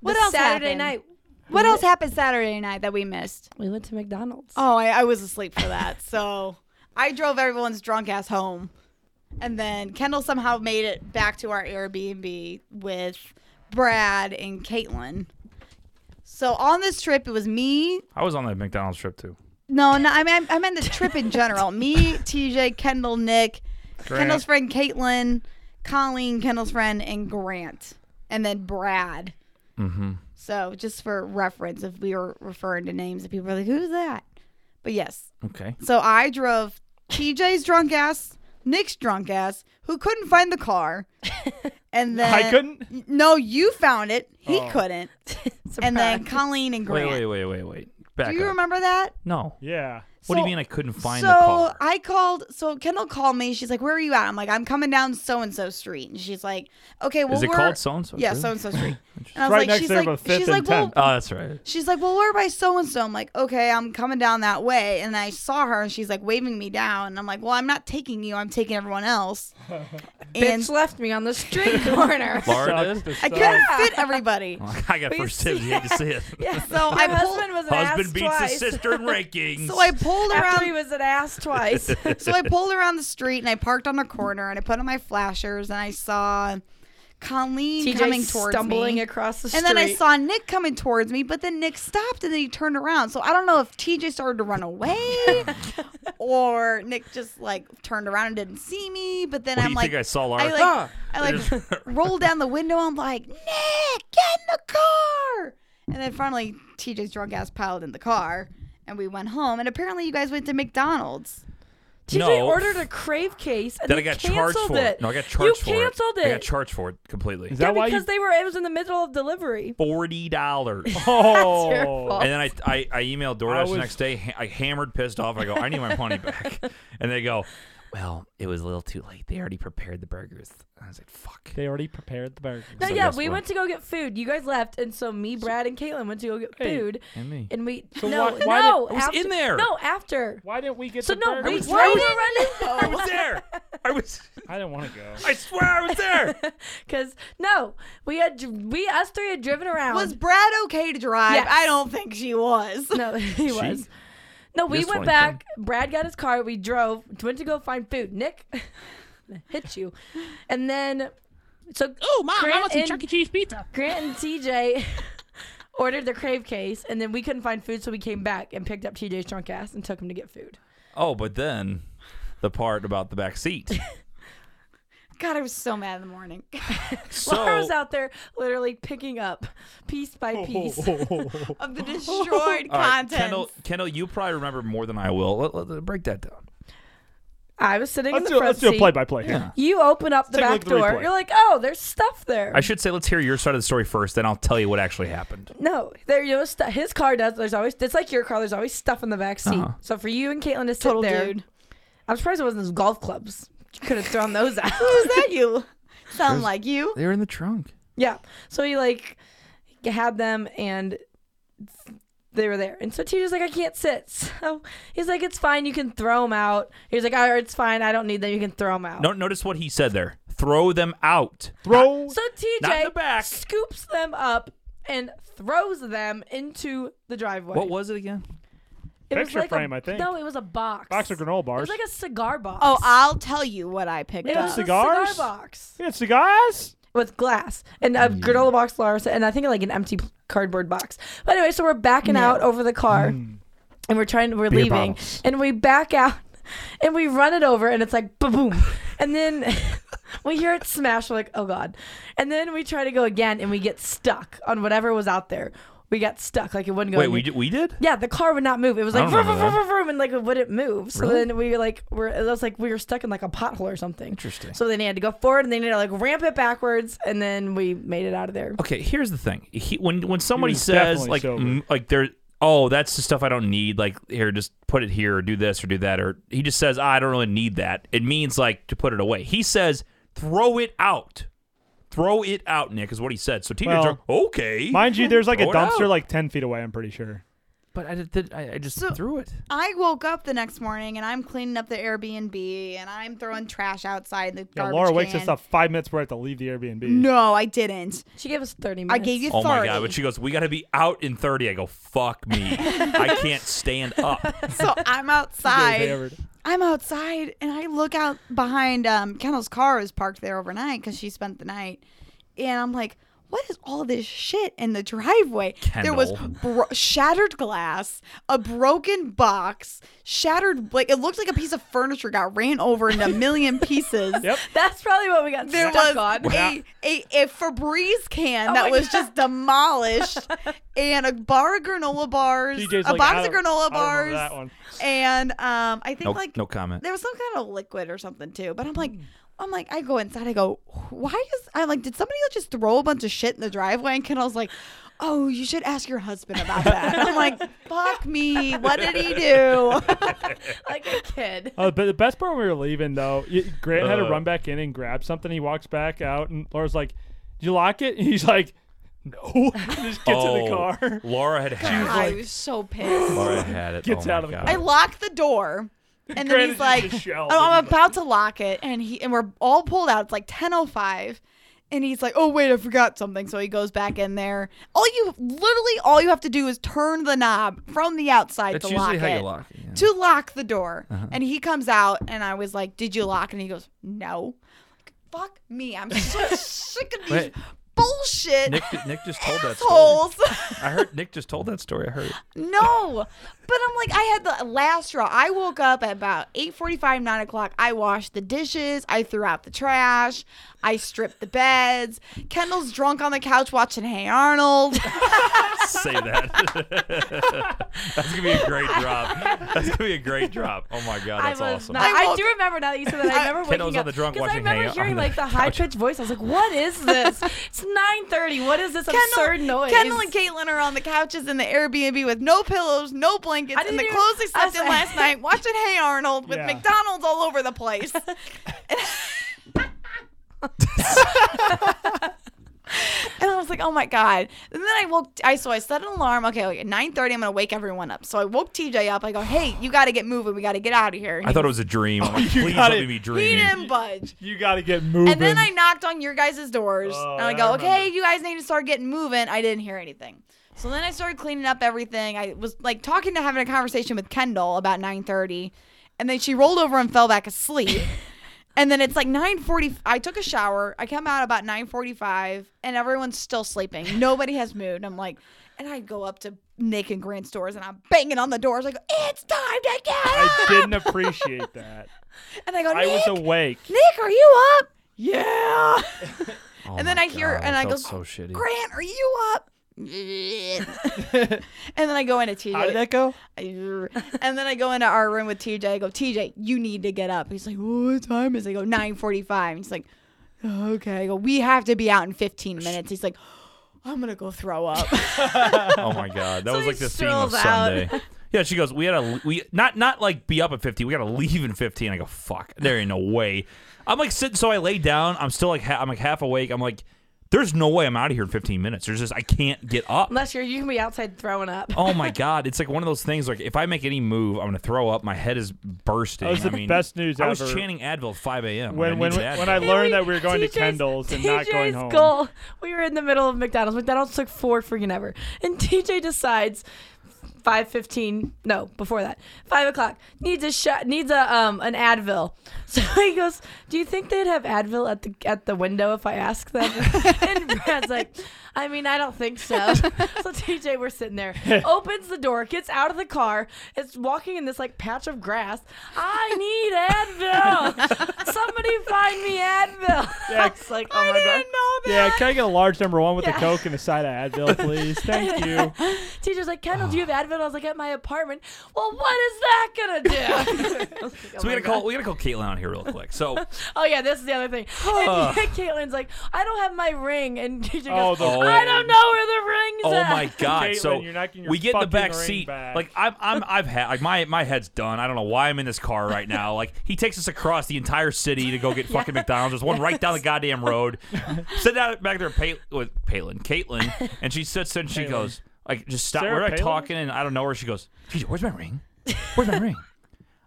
A: What
D: the
A: else
D: Saturday
A: happened?
D: night.
A: What else happened Saturday night that we missed?
D: We went to McDonald's.
A: Oh, I, I was asleep for that. so I drove everyone's drunk ass home. And then Kendall somehow made it back to our Airbnb with Brad and Caitlin. So on this trip, it was me.
B: I was on that McDonald's trip too.
A: No, no, I mean, I meant the trip in general. Me, TJ, Kendall, Nick, Kendall's friend Caitlin, Colleen, Kendall's friend, and Grant. And then Brad.
B: Mm-hmm.
A: So just for reference, if we were referring to names, if people were like, who's that? But yes,
B: Okay.
A: so I drove TJ's drunk ass, Nick's drunk ass, who couldn't find the car. And then
C: I couldn't.
A: No, you found it. He
C: Oh.
A: couldn't. And then
D: Surprise.
A: Colleen and Grant.
B: Wait, wait, wait, wait, wait. Back
A: Do you
B: up.
A: remember that?
B: No.
C: Yeah.
B: What do you
A: So-
B: mean I couldn't find
A: so
B: the car?
A: I called. So Kendall called me. She's like, "Where are you at?" I'm like, "I'm coming down so and so street." And she's like, "Okay, well,
B: Is it
A: we're
B: called so and so?
A: yeah, so and so street."
B: Interesting.
A: And I was
C: Right
A: like,
C: next
A: "She's
C: there,
A: like,
C: but fifth
A: she's
C: and
A: like, well,
C: tenth.
B: Oh, that's right.
A: She's like, "Well, we're by so and so." I'm like, "Okay, I'm coming down that way." And I saw her, and she's like waving me down. And I'm like, "Well, I'm not taking you. I'm taking everyone else." and
D: Bitch left me on the street corner.
B: Laura
C: Sucks
B: did?
C: to
A: I
C: suck.
A: couldn't fit everybody.
B: I got
D: We
B: first
D: see-
B: dibs. You had to see it.
D: yeah.
A: So I
D: My
A: pulled.
D: husband was an ass
B: Husband beats
D: twice.
B: his sister in rankings.
A: So I pulled
D: After he
A: around.
D: was an ass twice.
A: So I pulled around the street and I parked on a corner and I put on my flashers and I saw Colleen
D: TJ
A: coming towards
D: stumbling
A: me.
D: across the
A: and
D: street.
A: then I saw Nick coming towards me, but then Nick stopped and then he turned around. So I don't know if TJ started to run away or Nick just like turned around and didn't see me. But then
B: What do
A: I'm
B: you
A: like,
B: think I saw, Laura?
A: I like,
B: Ah!
A: I like rolled down the window. I'm like, Nick, get in the car. And then finally, TJ's drunk ass piled in the car, and we went home. And apparently, you guys went to McDonald's.
D: TJ
B: No.
D: ordered a crave case and
B: Then I
D: they
B: got charged
D: canceled
B: for
D: it.
B: it. No, I got charged
D: you
B: for it.
D: canceled it.
B: I got charged for it completely.
C: Is
D: yeah,
C: that why you-
D: because they were. It was in the middle of delivery.
B: Forty dollars.
C: Oh.
D: That's your fault.
B: And then I, I, I emailed DoorDash
C: I
B: the
C: was-
B: next day. ha- I hammered, pissed off. I go, I need my money back. And they go, Well, it was a little too late. They already prepared the burgers. I was like, Fuck.
C: They already prepared the burger.
D: No,
B: So
D: yeah,
B: guess
D: we
B: what?
D: went to go get food. You guys left, and so me, Brad, and Caitlin went to go get
C: Hey.
D: food,
B: And me.
D: and we
C: So
D: no,
C: why- why
D: no,
B: did- I was
D: after-
B: in there.
D: No, after.
C: Why didn't we get
D: So
C: the
D: no,
C: burger?
D: we
B: was
D: why
B: right I
D: were
B: was there. I was.
C: I didn't want to go.
B: I swear I was there.
D: because no, we had we us three had driven around.
A: Was Brad okay to drive?
D: Yes.
A: I don't think she was.
D: no, he was. No, we
B: This
D: went
B: one
D: back. Brad got his car. We drove. Went to go find food. Nick hit you, and then so
E: Oh, mom,
D: Grant
E: I want some
D: and-
E: Chuck E. Cheese pizza.
D: Grant and TJ ordered the crave case, and then we couldn't find food, so we came back and picked up TJ's drunk ass and took him to get food.
B: Oh, but then the part about the back seat.
A: God, I was so mad in the morning.
B: So
D: Laura was out there literally picking up piece
C: Oh,
D: by piece
A: of the destroyed
B: all right,
A: content.
B: Kendall, Kendall, you probably remember more than I will. Let, let- let- break that down.
D: I was sitting
C: Let's
D: in
C: do,
D: the front
C: let's do a
D: seat.
C: play by play here.
D: You open up the
C: Take a
D: back
C: look at the
D: door.
C: replay.
D: You're like, oh, there's stuff there.
B: I should say, let's hear your side of the story first, then I'll tell you what actually happened.
D: no, there you know, stu- his car does. There's always it's like your car. There's always stuff in the back seat.
B: Uh-huh.
D: So for you and Caitlin to sit
A: Total
D: there,
A: dude.
D: I'm surprised it wasn't those golf clubs. You could have thrown those out.
A: Who's that you? Sound like you.
B: They were in the trunk.
D: Yeah. So he like had them and they were there. And so TJ's like, I can't sit. So he's like, it's fine. You can throw them out. He's like, all right, it's fine. I don't need them. You can throw them out.
B: No, notice what he said there. Throw them out.
C: Throw.
D: So
B: Not in the
D: TJ
B: back.
D: scoops them up and throws them into the driveway.
B: What was it again?
D: it
C: Picture
D: a-
C: frame, I think.
D: No, it was a box.
C: Box of granola
D: It
C: bars.
D: was like a cigar box.
A: Oh, I'll tell you what I picked
D: it
A: up.
D: was a cigar
C: Cigars?
D: box
C: we had cigars.
D: with glass and a
B: Mm.
D: granola box, Laura said, and I think like an empty cardboard box. But anyway, so we're backing out over the car. and we're trying we're leaving
B: Mm. bottles.
D: and we back out and we run it over and it's like boom and then we hear it smash we're like oh god and then we try to go again and we get stuck on whatever was out there we got stuck like it wouldn't go
B: Wait,
D: any-
B: we did, we did?
D: yeah, the car would not move. It was
B: I
D: like
B: don't
D: vroom, vroom,
B: remember
D: vroom,
B: that.
D: vroom, vroom, and like it wouldn't move. So
B: Really?
D: then we like were it was like we were stuck in like a pothole or something.
B: Interesting.
D: So then they had to go forward and they had to like ramp it backwards and then we made it out of there.
B: Okay, here's the thing. He, when when somebody
C: was
B: says
C: definitely
B: like
C: sober.
B: m- like there oh, that's the stuff I don't need. Like, here, just put it here or do this or do that. Or he just says, I don't really need that. It means, like, to put it away. He says, throw it out. Throw it out, Nick, is what he said. So teenager,
C: Well,
B: okay.
C: Mind you, there's like a
B: Throw it out.
C: dumpster like ten feet away. I'm pretty sure.
B: but I, did, I, I just
A: So-
B: threw it.
A: I woke up the next morning and I'm cleaning up the Airbnb and I'm throwing trash outside the
C: Yeah,
A: garbage
C: Laura wakes
A: can.
C: us up five minutes. We're at to leave the Airbnb.
A: No, I didn't.
D: She gave us 30
A: I
D: minutes.
A: gave you
B: Oh my
A: 30.
B: god! But she goes, "We got to be out in 30. I go, "Fuck me! I can't stand up."
A: so I'm
C: She goes,
A: outside.
C: "Hammered."
A: I'm outside and I look out behind um, Kendall's car is parked there overnight because she spent the night, and I'm like, what is all this shit in the driveway? There was
B: Kendall.
A: bro- shattered glass, a broken box, shattered like it looked like a piece of furniture got ran over into a million pieces.
C: Yep.
D: That's probably what we got
A: There was
D: stuck on.
A: a, a, a Febreze can
D: Oh my
A: that was
D: God.
A: just demolished, and a bar of granola bars,
C: TJ's
A: a
C: like,
A: box
C: "I
A: of
C: don't-
A: granola
C: I don't remember
A: bars,
C: that one.
A: and um, I think
B: No,
A: like
B: no comment.
A: there was some kind of liquid or something too. But I'm like, I'm like, I go inside. I go, why is I'm like, did somebody just throw a bunch of shit in the driveway? And Kendall's like, oh, you should ask your husband about that. I'm like, fuck me, what did he do?
D: like a kid.
C: Uh, but the best part when we were leaving, though, y- Grant had to
B: Uh.
C: run back in and grab something. He walks back out, and Laura's like, "Did you lock it?" And he's like, "No." Just gets in the
B: Oh,
C: car.
B: Laura had had
A: I
B: it.
A: was so pissed.
B: Laura had it.
C: Gets
B: Oh my
C: out of the
B: God.
A: I locked the door. And then
C: Granted,
A: he's
C: it's
A: like,
C: just a shell,
A: "Oh, I'm
C: but-
A: about to lock it. And he and we're all pulled out. It's like 10.05. And he's like, oh, wait, I forgot something. So he goes back in there. All you, literally all you have to do is turn the knob from the outside
B: That's
A: to lock
B: usually
A: it.
B: how you lock. it, yeah. Uh-huh.
A: to lock the door. And he comes out, and I was like, "Did you lock?" And he goes, "No." Like, Fuck me! I'm so sick of these
B: Wait.
A: bullshit
B: Nick, Nick just told that story.
A: assholes.
B: I heard Nick just told that story. I heard.
A: no, but I'm like, I had the last straw. I woke up at about 8:45, 9 o'clock. I washed the dishes. I threw out the trash. I stripped the beds. Kendall's drunk on the couch watching Hey Arnold.
B: Say that. That's gonna be a great drop. That's gonna be a great drop. Oh my god, that's
D: I was
B: awesome.
D: not.
A: I
D: I,
A: woke-
D: do remember now that you said that. I remember
B: Kiddo's
D: waking
B: on
D: up
B: the drunk
D: because I
B: watching
D: remember
B: Hangout
D: hearing
B: on the
D: like the high pitched voice. I was like, "What is this? it's 9:30. What is this absurd noise?"
A: Kendall and Caitlin are on the couches in the Airbnb with no pillows, no blankets,
D: I didn't
A: and the
D: even-
A: clothes they
D: I
A: slept in
D: said-
A: last night, watching Hey Arnold with
C: Yeah.
A: McDonald's all over the place. And I was like, oh my God. And then I woke, I so I set an alarm. Okay, like at 9.30, I'm going to wake everyone up. So I woke TJ up. I go, hey, you got to get moving. We got to get out of here. And
B: I
A: he
B: thought it was a dream. I'm like,
C: you
B: please
C: got
B: don't
C: it.
B: be me
A: he
B: dreaming.
A: didn't budge.
C: You got to get moving.
A: And then I knocked on your guys' doors.
C: Oh,
A: and I
C: yeah,
A: go,
C: I
A: okay, you guys need to start getting moving. I didn't hear anything. So then I started cleaning up everything. I was like talking to having a conversation with Kendall about 9:30, and then she rolled over and fell back asleep. and then it's like 9:40. I took a shower. I come out about 9:45, and everyone's still sleeping. Nobody has moved. I'm like, and I go up to Nick and Grant's doors, and I'm banging on the doors. I go, it's time to get up.
C: I didn't appreciate that.
A: And I go,
C: I
A: Nick,
C: was awake.
A: Nick, are you up? Yeah.
B: Oh
A: and then
B: my
A: I hear-
B: God,
A: and
B: it
A: I
B: felt
A: go,
B: so shitty.
A: Grant, are you up? and then I go into
C: How
A: TJ.
C: did that go?
A: And then I go into our room with TJ. I go, TJ, you need to get up. He's like, what time is it? I go, 9.45. He's like, okay. I go, we have to be out in 15 minutes. He's like, I'm going to go throw up.
B: Oh my god, that
D: So
B: was
D: he
B: like the theme of
D: strolls out.
B: Sunday. Yeah, she goes. We had to we not not like be up at fifteen. We got to leave in fifteen. I go fuck. There ain't no way. I'm like sitting. So I lay down. I'm still like ha- I'm like half awake. I'm like, there's no way I'm out of here in fifteen minutes. There's just I can't get up.
D: unless you're you can be outside throwing up.
B: Oh my god, it's like one of those things. Like if I make any move, I'm gonna throw up. My head is bursting.
C: That was
B: I
C: the
B: mean,
C: best news
B: I was
C: ever.
B: chanting Advil at 5 a.m.
C: When when
B: I
C: when, I learned that we were going to Kendall's and not going
D: TJ's
C: home.
D: goal. We were in the middle of McDonald's. McDonald's took four freaking ever, and TJ decides. 5:15, no, before that, five o'clock. Needs a shot. Needs a um an Advil. So he goes, "Do you think they'd have Advil at the at the window if I ask them?" and Brad's like, "I mean, I don't think so." so TJ, we're sitting there, opens the door, gets out of the car, is walking in this like patch of grass. I need Advil. Somebody find me Advil.
C: Yeah,
D: I was like, "Oh my god."
C: Yeah, can I get a large number one with
D: Yeah.
C: a Coke and a side of Advil, please? Thank you.
D: Teacher's like, Kendall, do you have Advil? it. I was like at my apartment. Well, what is that gonna do? I was like, oh
B: So we
D: my
B: gotta
D: God.
B: call. We gotta call Caitlin out here real quick. So
D: Oh yeah, this is the other thing. And Caitlin's like, I don't have my ring, and TJ
C: Oh,
D: goes,
C: the
D: I
B: ring.
D: don't know where the ring's
B: Oh
D: at.
B: my god!
C: Caitlin,
B: so
C: you're not getting your
B: we get in the
C: fucking
B: back
C: ring
B: seat.
C: back.
B: Like I'm, I'm, I've had like my my head's done. I don't know why I'm in this car right now. Like he takes us across the entire city to go get fucking McDonald's. There's one right down the goddamn road. Sit down back there Pay- with Palin, Caitlin, and she sits there and she
C: Palin.
B: goes like just stop.
C: Sarah
B: we're like
C: Palin?
B: talking and I don't know where she goes. "Jeez, Where's my ring? Where's my ring?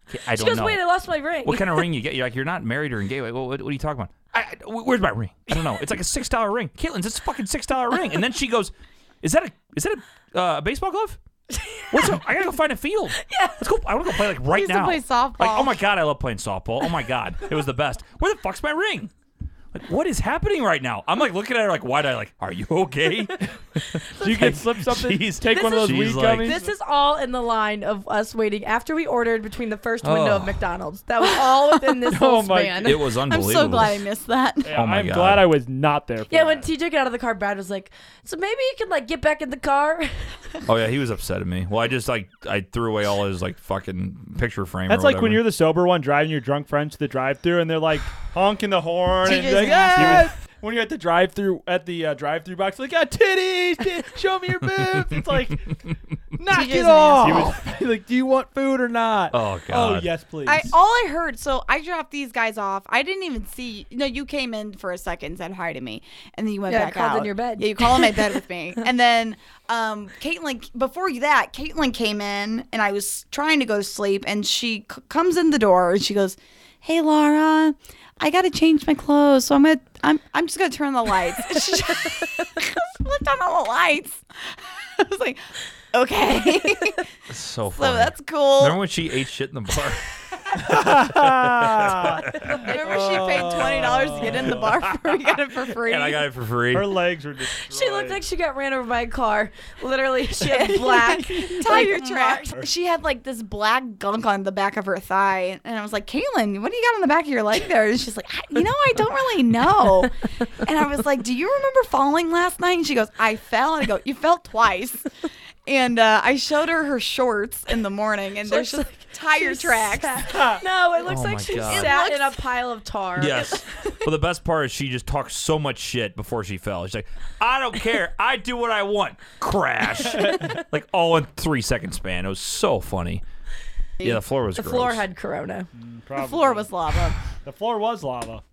B: Okay, I
D: She
B: don't
D: goes,
B: know.
D: wait, I lost my ring.
B: what kind of ring you get? You're like you're not married or engaged. Like, what, what are you talking about? I, I- where's my ring? I don't know. It's like a six dollar ring. Caitlin's it's a fucking six dollar ring. And then she goes, "Is that a is that a uh, baseball glove? What's up? I gotta go find a field. Yeah. Let's go. I want to go play like right
A: used to
B: now.
A: play softball.
B: Like, oh my god, I love playing softball. Oh my god, it was the best. Where the fuck's my ring? Like, what is happening right now? I'm like looking at her like wide eyed, like, are you okay?
C: Do you get slipped something?
B: She's-
C: Take one of those
B: she's
C: weed
B: like-
C: gummies.
D: This is all in the line of us waiting after we ordered between the first window
B: Oh.
D: of McDonald's. That was all within this
C: Oh
D: whole
C: my-
D: span.
B: it was
A: I'm
B: unbelievable.
A: so glad I missed that.
C: Yeah,
B: Oh my
C: I'm
B: God.
C: glad I was not there. For
D: yeah, when
C: that.
D: TJ got out of the car, Brad was like, "So maybe you can like get back in the car."
B: Oh yeah, he was upset at me. Well, I just like I threw away all his like fucking picture frame.
C: That's like when you're the sober one driving your drunk friend to the drive-through, and they're like honking the horn. and
A: TJ's
C: like,
A: nasty.
C: "Yes!" When you're at the drive-through at the uh, drive-through box, like, ah, titties, tit- show me your boobs. It's like, knock
A: TJ's
C: it
A: an
C: off. like, do you want food or not?
B: Oh, God.
C: Oh yes, please.
A: I all I heard. So I dropped these guys off. I didn't even see. No, you came in for a second, said hi to me, and then you went
D: Yeah, I
A: back
D: crawled
A: out
D: in your bed.
A: Yeah, you called in my bed with me, and then um, Caitlin. Before that, Caitlin came in, and I was trying to go to sleep, and she c- comes in the door, and she goes, "Hey, Laura." I gotta change my clothes, so I'm gonna. I'm. I'm just gonna turn on the lights. she just flipped on all the lights. I was like, okay.
B: so
A: so
B: funny.
A: that's cool.
B: Remember when she ate shit in the bar?
D: ah.
A: Remember, she paid twenty dollars to get in the bar. For, we got it for free.
B: Oh. and I got it for free.
C: Her legs are
D: she looked like she got ran over by a car. Literally, she had black
A: tire
D: like,
A: tracks. She had like this black gunk on the back of her thigh, and I was like, "Kaylin, what do you got on the back of your leg there?" And she's like, I, "You know, I don't really know." And I was like, "Do you remember falling last night?" And she goes, "I fell." And I go, "You fell twice." And uh, I showed her her shorts in the morning, and there's just
D: looks
A: tire
D: she
A: tracks.
D: sat- no, it looks
B: Oh
D: like
B: my
D: she
B: God.
D: sat
A: It
D: in a pile of tar.
B: Yes. well, the best part is she just talked so much shit before she fell. She's like, I don't care. I do what I want. Crash. like all in three second span. It was so funny. Yeah, the floor was
D: The
B: gross.
D: floor had corona.
A: The floor was lava.
C: the floor was lava.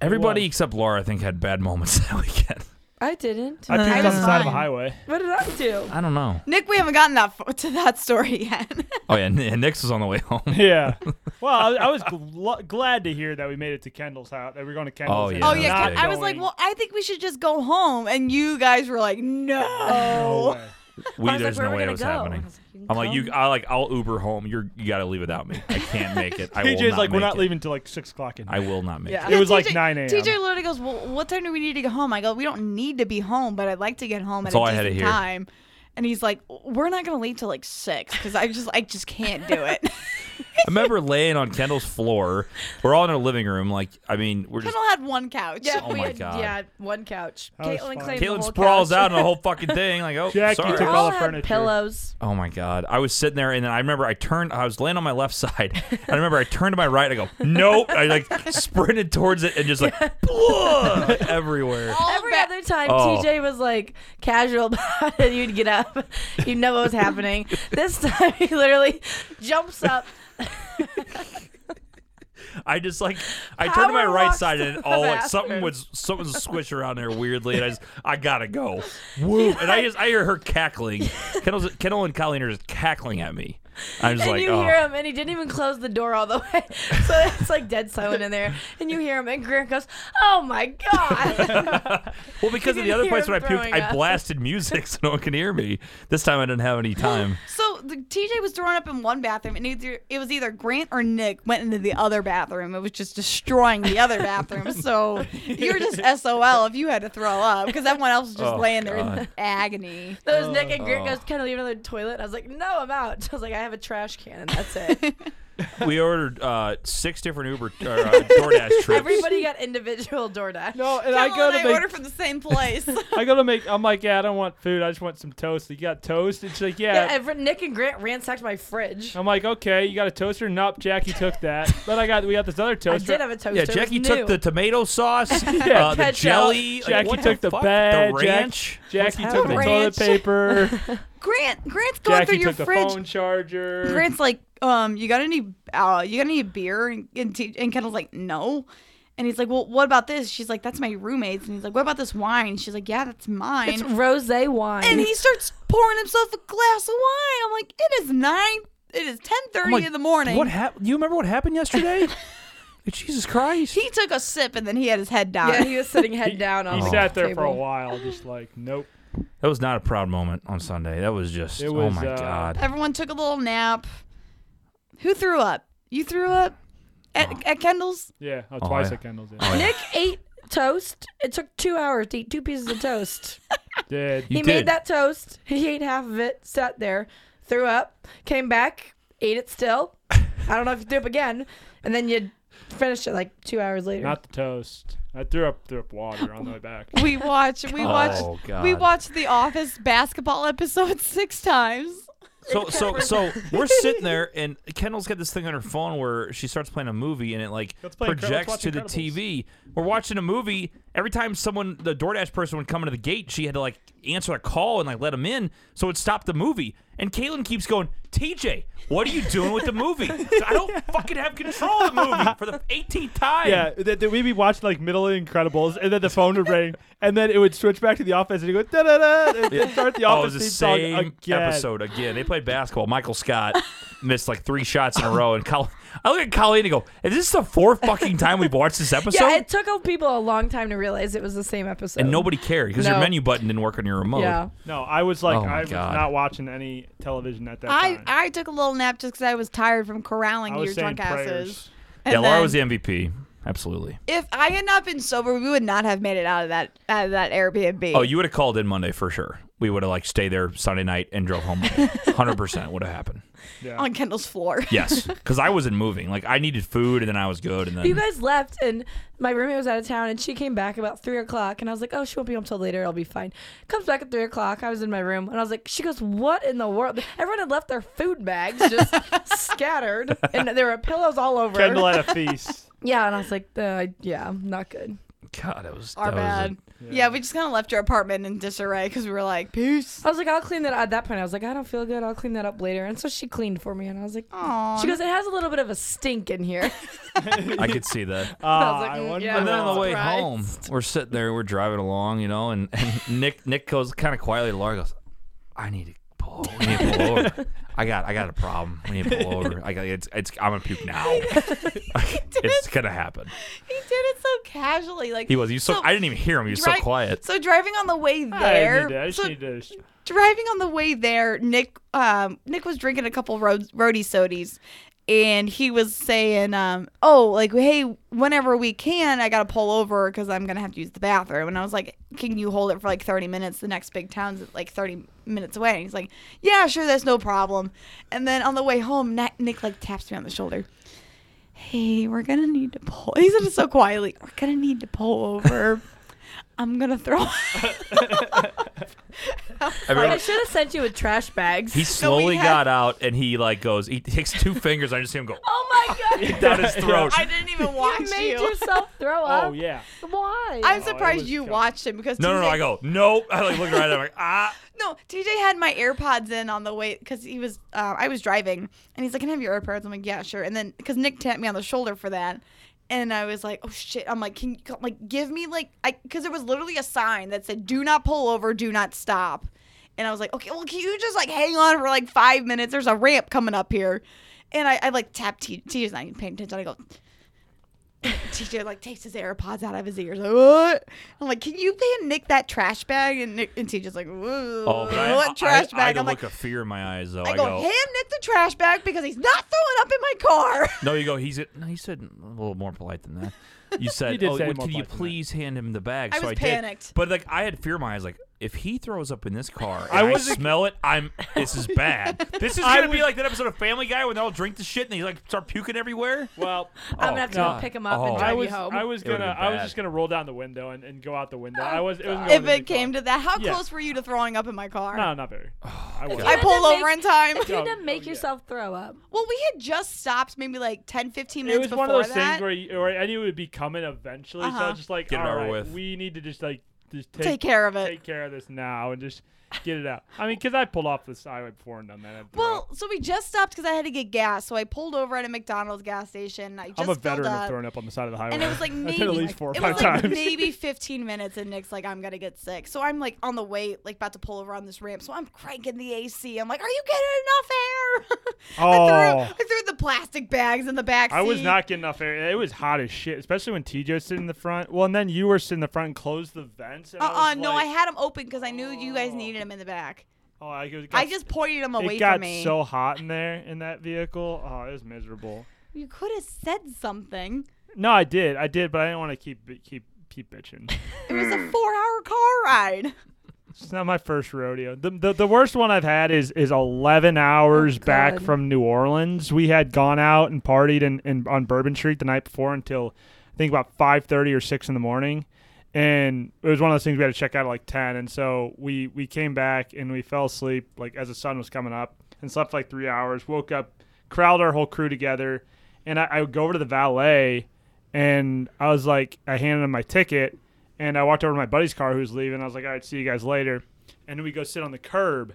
B: Everybody
C: was.
B: except Laura, I think, had bad moments that weekend.
D: I didn't.
C: I puked
A: I
C: on
A: Uh, was
C: the side of a
A: fine.
C: highway.
D: what did I do?
B: I don't know.
A: Nick, we haven't gotten that f- to that story yet.
B: Oh, yeah. N- Nick's was on the way home.
C: Yeah. Well, I, I was gl- glad to hear that we made it to Kendall's house. That we are going to Kendall's.
B: Oh,
C: house.
B: yeah.
A: Oh
B: Not
A: yeah, 'cause I was like,
C: going-
A: well, I think we should just go home, and you guys were like,
C: No
A: no.
C: way.
B: We,
D: I was like,
B: there's
D: where
B: no
D: are we
B: way it
D: gonna
B: was
D: go?
B: happening.
D: I was like, you can
B: I'm like, you,
D: come.
B: I like, I'll Uber home. You're, you got to leave without me. I can't make it. I will
C: TJ's
B: not
C: like, we're
B: make
C: not
B: it.
C: leaving till like six o'clock. In
B: I will not make
D: Yeah.
B: it.
C: It was like 9 a.m.
A: TJ literally goes, well, what time do we need to get home? I go, we don't need to be home, but I'd like to get home
B: That's
A: at
B: all
A: a
B: I had to
A: decent
B: hear.
A: time. And he's like, we're not gonna leave till like six because I just, I just can't do it.
B: I remember laying on Kendall's floor. We're all in our living room. Like, I mean, we're just
A: Kendall had one couch.
D: Yeah,
B: Oh
D: we
B: my
D: had,
B: God.
D: yeah, one couch.
C: That was
D: Caitlin
C: fun.
D: claimed the
B: Caitlin
D: whole
B: sprawls
D: couch.
B: out on the whole fucking thing. Like, oh,
C: Jack, you
B: sorry.
C: took
D: We
C: all the
D: had
C: furniture.
D: pillows.
B: oh my god! I was sitting there, and then I remember I turned. I was laying on my left side. and I remember I turned to my right. I go, nope. I like sprinted towards it and just like, like, everywhere.
A: All
D: Every
A: ba-
D: other time
B: Oh.
D: TJ was like casual about it, you'd get up, you know what was happening. this time he literally jumps up.
B: I just like I turned to my
D: Power
B: right
D: walks
B: side
D: to
B: and
D: the
B: all like
D: bathroom.
B: something was something was squish around there weirdly and I just I gotta go. Woo. And I just I hear her cackling. Kendall's, Kendall and Colleen are just cackling at me. I'm just
D: and
B: like
D: you
B: oh.
D: hear him, and he didn't even close the door all the way, so it's like dead silent in there. And you hear him, and Grant goes, "Oh my god!"
B: Well, because
D: You
B: of
D: can
B: the other
D: hear
B: place
D: him
B: where I puked,
D: throwing
B: I
D: up.
B: blasted music so no one could hear me. This time I didn't have any time.
A: So the TJ was thrown up in one bathroom, and either it was either Grant or Nick went into the other bathroom. It was just destroying the other bathroom. So you were just SOL if you had to throw up because everyone else was just
B: Oh,
A: laying there in
B: God.
A: agony.
D: That was Nick, and Grant
B: Oh.
D: goes, "Can I leave another toilet?" I was like, "No, I'm out." I was like, "I have a trash can, and that's it."
B: we ordered uh, six different Uber or, uh, DoorDash trips.
D: Everybody got individual DoorDash.
C: No, and
A: Kel
C: I
A: and
C: go to
A: I
C: make
A: order from the same place.
C: I go to make. I'm like, yeah, I don't want food. I just want some toast. You got toast? And she's like, yeah.
D: Yeah, every- Nick and Grant ransacked my fridge.
C: I'm like, okay, you got a toaster? Nope, Jackie took that. Then I got we got this other
D: I
C: toaster.
D: did have a toaster.
B: yeah,
D: It was
B: Jackie
D: new.
B: took the tomato sauce,
C: Yeah.
B: uh, the
D: Ketchup.
B: jelly.
C: Jackie
B: what
C: took the
B: fuck?
C: bag,
B: the
C: Jack-
B: ranch.
C: Jackie
B: What's
C: took the
B: happening?
C: toilet
A: Ranch.
C: paper.
A: Grant, Grant's going
C: Jackie
A: through your
C: took the
A: fridge.
C: phone charger.
A: Grant's like, um, you got any, uh, you got any beer? And and, T- and Kendall's like, no. And he's like, well, what about this? She's like, that's my roommate's. And he's like, what about this wine? She's like, yeah, that's mine.
D: It's rose wine.
A: and he starts pouring himself a glass of wine. I'm like, it is nine. It is ten
B: I'm
A: thirty
B: like,
A: in the morning.
B: What happened? You remember what happened yesterday? Jesus Christ!
A: he took a sip and then he had his head down.
D: yeah, he was sitting head
C: He-
D: down on
C: He
D: the
C: sat there for a
D: table.
C: while, just like, nope.
B: That was not a proud moment on Sunday. That was just
C: It
B: oh
C: was,
B: my
C: uh,
B: god.
A: Everyone took a little nap. Who threw up? You threw up at, at Kendall's.
C: Yeah, oh,
B: Oh,
C: twice
B: yeah.
C: at Kendall's.
B: Oh,
C: Yeah.
B: yeah.
D: Nick ate toast. It took two hours to eat two pieces of toast.
C: Did
B: You
D: he
B: did.
D: made that toast. He ate half of it, sat there, threw up, came back, ate it still. I don't know if you threw up again. And then you finished it like two hours later.
C: not the toast. I threw up threw up water on the way back.
A: We watched. We watched.
B: Oh, God.
A: We watched The Office basketball episode six times.
B: So so so we're sitting there and Kendall's got this thing on her phone where she starts playing a movie and it like
C: Let's play Incre- let's
B: projects
C: watch
B: to the
C: Incredibles.
B: TV. We're watching a movie. Every time someone the DoorDash person would come into the gate, she had to like answer a call and like let him in, so it stopped the movie. And Caitlin keeps going, TJ, what are you doing with the movie? So I don't fucking have control of the movie for the 18th time.
C: Yeah, that, that we'd be watching like Middle Incredibles, and then the phone would ring, and then it would switch back to the office, and it would go da da da, and it'd start the
B: Oh, it was
C: office
B: the
C: theme song
B: same
C: again.
B: episode again. They played basketball. Michael Scott missed like three shots in a row, and Col- I look at Colleen and go, "Is this the fourth fucking time we've watched this episode?"
D: yeah, it took a- people a long time to realize it was the same episode.
B: and nobody cared because your
D: No.
B: menu button didn't work on your remote.
D: Yeah.
C: No, I was like,
B: Oh, my
C: I was
B: God.
C: not watching any television at that
A: I
C: time.
A: I took a little nap just because I was tired from corralling
C: Oh, I
A: your
C: was saying
A: drunk asses.
C: prayers.
A: And
B: yeah, Laura
A: then
B: was the MVP. Absolutely.
A: if I had not been sober, we would not have made it out of that out of that Airbnb.
B: Oh, you would have called in Monday for sure. We would have like stayed there Sunday night and drove home. Hundred percent would have happened.
C: Yeah.
A: on Kendall's floor.
B: Yes, because I wasn't moving. Like I needed food, and then I was good, and then
D: You guys left, and my roommate was out of town, and she came back about three o'clock, and I was like, "Oh, she won't be home till later. I'll be fine." Comes back at three o'clock. I was in my room, and I was like, "She goes, what in the world?" Everyone had left their food bags just scattered, and there were pillows all over.
C: Kendall at a feast.
D: Yeah, and I was like, uh, "Yeah, not good."
B: God, it was
A: Our
B: that
A: bad.
B: was
A: yeah. we just kind of left your apartment in disarray because we were like, peace.
D: I was like, "I'll clean that." At that point, I was like, "I don't feel good. I'll clean that up later." And so she cleaned for me, and I was like.
A: Aww.
D: She goes, it has a little bit of a stink in here.
B: A, I could see that.
C: Ah,
D: was like,
C: I
D: mm,
C: wonder
D: yeah.
B: And then
C: why.
B: on the way
D: Surprised.
B: home, we're sitting there, we're driving along, you know, and, and Nick Nick goes kind of quietly to Laura goes, I need to pull, we need to pull over. I got I got a problem. We need to pull over. I got it's it's I'm gonna puke now. it's gonna happen.
A: he did it so casually. Like
B: He was he was so, I didn't even hear him. He was so
A: dri-
B: quiet.
A: So driving on the way
C: I,
A: there,
C: need to, I just
A: so
C: need to. sh-
A: driving on the way there, Nick um, Nick was drinking a couple road, roadie sodies, and he was saying, um, "Oh, like hey, whenever we can, I gotta pull over because I'm gonna have to use the bathroom." And I was like, "Can you hold it for like 30 minutes? The next big town's like 30 minutes away." And he's like, "Yeah, sure, that's no problem." And then on the way home, Na- Nick like taps me on the shoulder. Hey, we're gonna need to pull. He said it so quietly. We're gonna need to pull over. I'm gonna throw.
D: I
B: Everyone,
D: should have sent you with trash bags.
B: he slowly
A: had-
B: got out and he like goes, he takes two fingers, I just see him go
D: oh my god!
B: down his throat.
A: I didn't even watch
D: you made
A: you.
D: yourself throw up.
C: Oh yeah.
D: Why?
A: I'm
C: Oh, it
A: surprised
C: was
A: you
C: tough.
A: watched it because
B: No,
A: TJ,
B: no, no! I go nope. I like look right at him like ah.
A: no. TJ had my AirPods in on the way because he was uh, I was driving and he's like, "Can I have your AirPods?" I'm like, "Yeah, sure." And then because Nick tapped me on the shoulder for that, and I was like, "Oh shit!" I'm like, "Can you come- like give me like I?" Because there was literally a sign that said, "Do not pull over. Do not stop." And I was like, "Okay, well, can you just like hang on for like five minutes? There's a ramp coming up here." And I, I like tapped T- TJ's not even paying attention. I go, TJ like takes his AirPods out of his ears. Like, what? I'm like, can you hand Nick that trash bag? And Nick and TJ's like,
B: Oh, but I,
A: what trash
B: I, I had
A: bag?
B: a
A: I'm like,
B: look of fear in my eyes though.
A: I go, hand Nick the trash bag because he's not throwing up in my car.
B: No, you go. He's a, no, he said a little more polite than that. You said,
C: He did
B: "Oh,
C: say
B: would-
C: more
B: can you
C: polite than that.
B: please hand him the bag?"
A: I
B: so
A: was
B: I
A: panicked.
B: did. But like, I had fear in my eyes. Like, if he throws up in this car,
C: I
B: and I,
C: wasn't-
B: smell it. I'm. This is bad. This is
C: I
B: gonna be
C: was-
B: like that episode of Family Guy when they all drink the shit and they like start puking everywhere.
C: Well,
D: I'm
B: Oh,
D: gonna have to
B: God.
D: go pick him up
B: Oh.
D: and
C: I
D: drive you
C: was
D: home.
C: I was
B: It would've
C: gonna
B: been
C: I was
B: bad.
C: just gonna roll down the window and, and go out the window. I was it was
A: if it came to that, how
C: Yeah.
A: close were you to throwing up in my car?
C: no, not very.
B: Oh,
C: I was.
A: I
D: God.
A: pulled
D: That
A: over in
D: makes-
A: time.
D: if you had to
C: Oh,
D: make
C: yeah.
D: yourself throw up,
A: Well, we had just stopped maybe like 10, 15
C: It
A: minutes
C: was
A: before
C: one of those
A: that.
C: things where, you, where I knew it would be coming eventually, so I
A: Uh-huh.
C: was just like,
B: Get it
C: all
B: over
C: right,
B: with.
C: we need to just like just take,
A: Take care of it.
C: take care of this now and just get it out. I mean, because I pulled off this highway before and done that. I'd throw
A: Well,
C: up.
A: so we just stopped because I had to get gas. So I pulled over at a McDonald's gas station. I just
C: I'm a
A: filled
C: veteran
A: up,
C: of throwing up on the side of the highway.
A: and it was like
C: I've done
A: maybe
C: at least four or
A: it
C: five
A: was like
C: times.
A: maybe 15 minutes, and Nick's like, "I'm gonna get sick." So I'm like on the way, like about to pull over on this ramp. So I'm cranking the AC. I'm like, "Are you getting enough air?" I,
C: Oh.
A: threw, I threw the plastic bags in the back.
C: I was
A: seat.
C: not getting enough air. It was hot as shit, especially when TJ was sitting in the front. Well, and then you were sitting in the front and closed the vents. and
A: Uh
C: I
A: uh
C: was
A: no,
C: like,
A: I had them open because I knew you guys
C: Oh.
A: needed them in the back.
C: Oh, I, it got,
A: I just pointed them away
C: it got
A: from me.
C: so hot in there in that vehicle. Oh, it was miserable.
A: you could have said something.
C: No, I did, I did, but I didn't want to keep keep keep bitching.
A: It was a four-hour car ride.
C: It's not my first rodeo. The, the the worst one I've had is is eleven hours
D: Oh,
C: back
D: God.
C: from New Orleans. We had gone out and partied in, in on Bourbon Street the night before until I think about five thirty or six in the morning. And it was one of those things we had to check out at like ten. And so we, we came back and we fell asleep like as the sun was coming up and slept for like three hours, woke up, crowded our whole crew together, and I, I would go over to the valet and I was like I handed him my ticket and I walked over to my buddy's car who was leaving. I was like, all right, see you guys later. And then we go sit on the curb,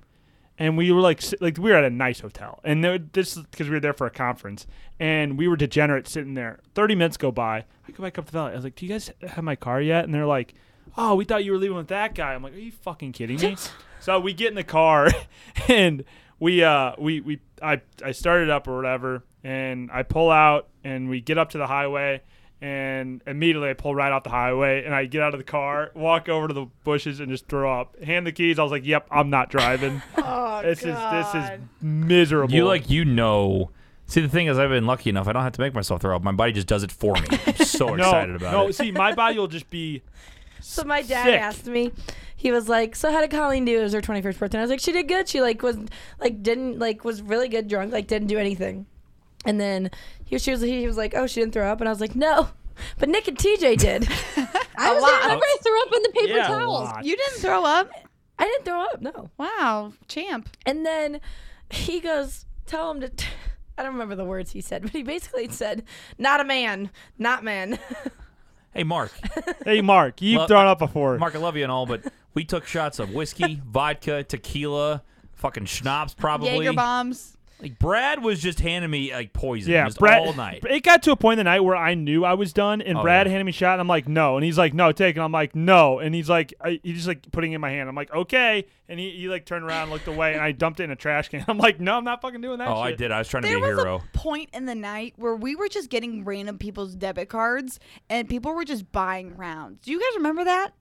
C: and we were like, sit- like we were at a nice hotel, and there, this because we were there for a conference, and we were degenerate sitting there. Thirty minutes go by. I go back up to the valet. I was like, do you guys have my car yet? And they're like, oh, we thought you were leaving with that guy. I'm like, are you fucking kidding me? so we get in the car, and we uh we we I I started up or whatever, and I pull out, and we get up to the highway and immediately I pull right off the highway and I get out of the car, walk over to the bushes and just throw up. Hand the keys. I was like, "Yep, I'm not driving.
A: Oh,
C: this is this is
A: God.
C: miserable."
B: You like you know. See the thing is, I've been lucky enough. I don't have to make myself throw up. My body just does it for me. I'm so
C: no,
B: excited about
C: no.
B: it.
C: See, my body will just be
D: so my dad
C: sick.
D: asked me, he was like, "So how did Colleen do? It was her 21st birthday." And I was like, "She did good. She like was like didn't like was really good drunk. Like didn't do anything." And then he she was he was like, "Oh, she didn't throw up," and I was like, "No." But Nick and TJ did.
E: I was
A: lot.
E: the one I threw up in the paper
C: Yeah, a
E: towels.
C: lot.
A: You didn't throw up.
D: I didn't throw up. No.
A: Wow, champ.
D: And then he goes, tell him to. T- I don't remember the words he said, but he basically said, not a man, not men.
B: Hey, Mark,
C: Hey, Mark, you've
B: Well,
C: thrown up before.
B: Mark, I love you and all, but we took shots of whiskey, vodka, tequila, fucking schnapps, probably.
A: Jaeger bombs.
B: Like Brad was just handing me like poison,
C: yeah,
B: just
C: Brad.
B: all night.
C: It got to a point in the night where I knew I was done, and
B: Oh,
C: Brad
B: yeah.
C: handed me a shot, and I'm like, "No," and he's like, "No, take," it. I'm like, "No," and he's like, I, he's just like putting it in my hand. I'm like, "Okay," and he, he like turned around, and looked away, and I dumped it in a trash can. I'm like, "No, I'm not fucking doing that."
B: oh, I
C: shit."
B: did. I was trying to
A: There
B: be a
A: was
B: hero.
A: a point in the night where we were just getting random people's debit cards, and people were just buying rounds. Do you guys remember that?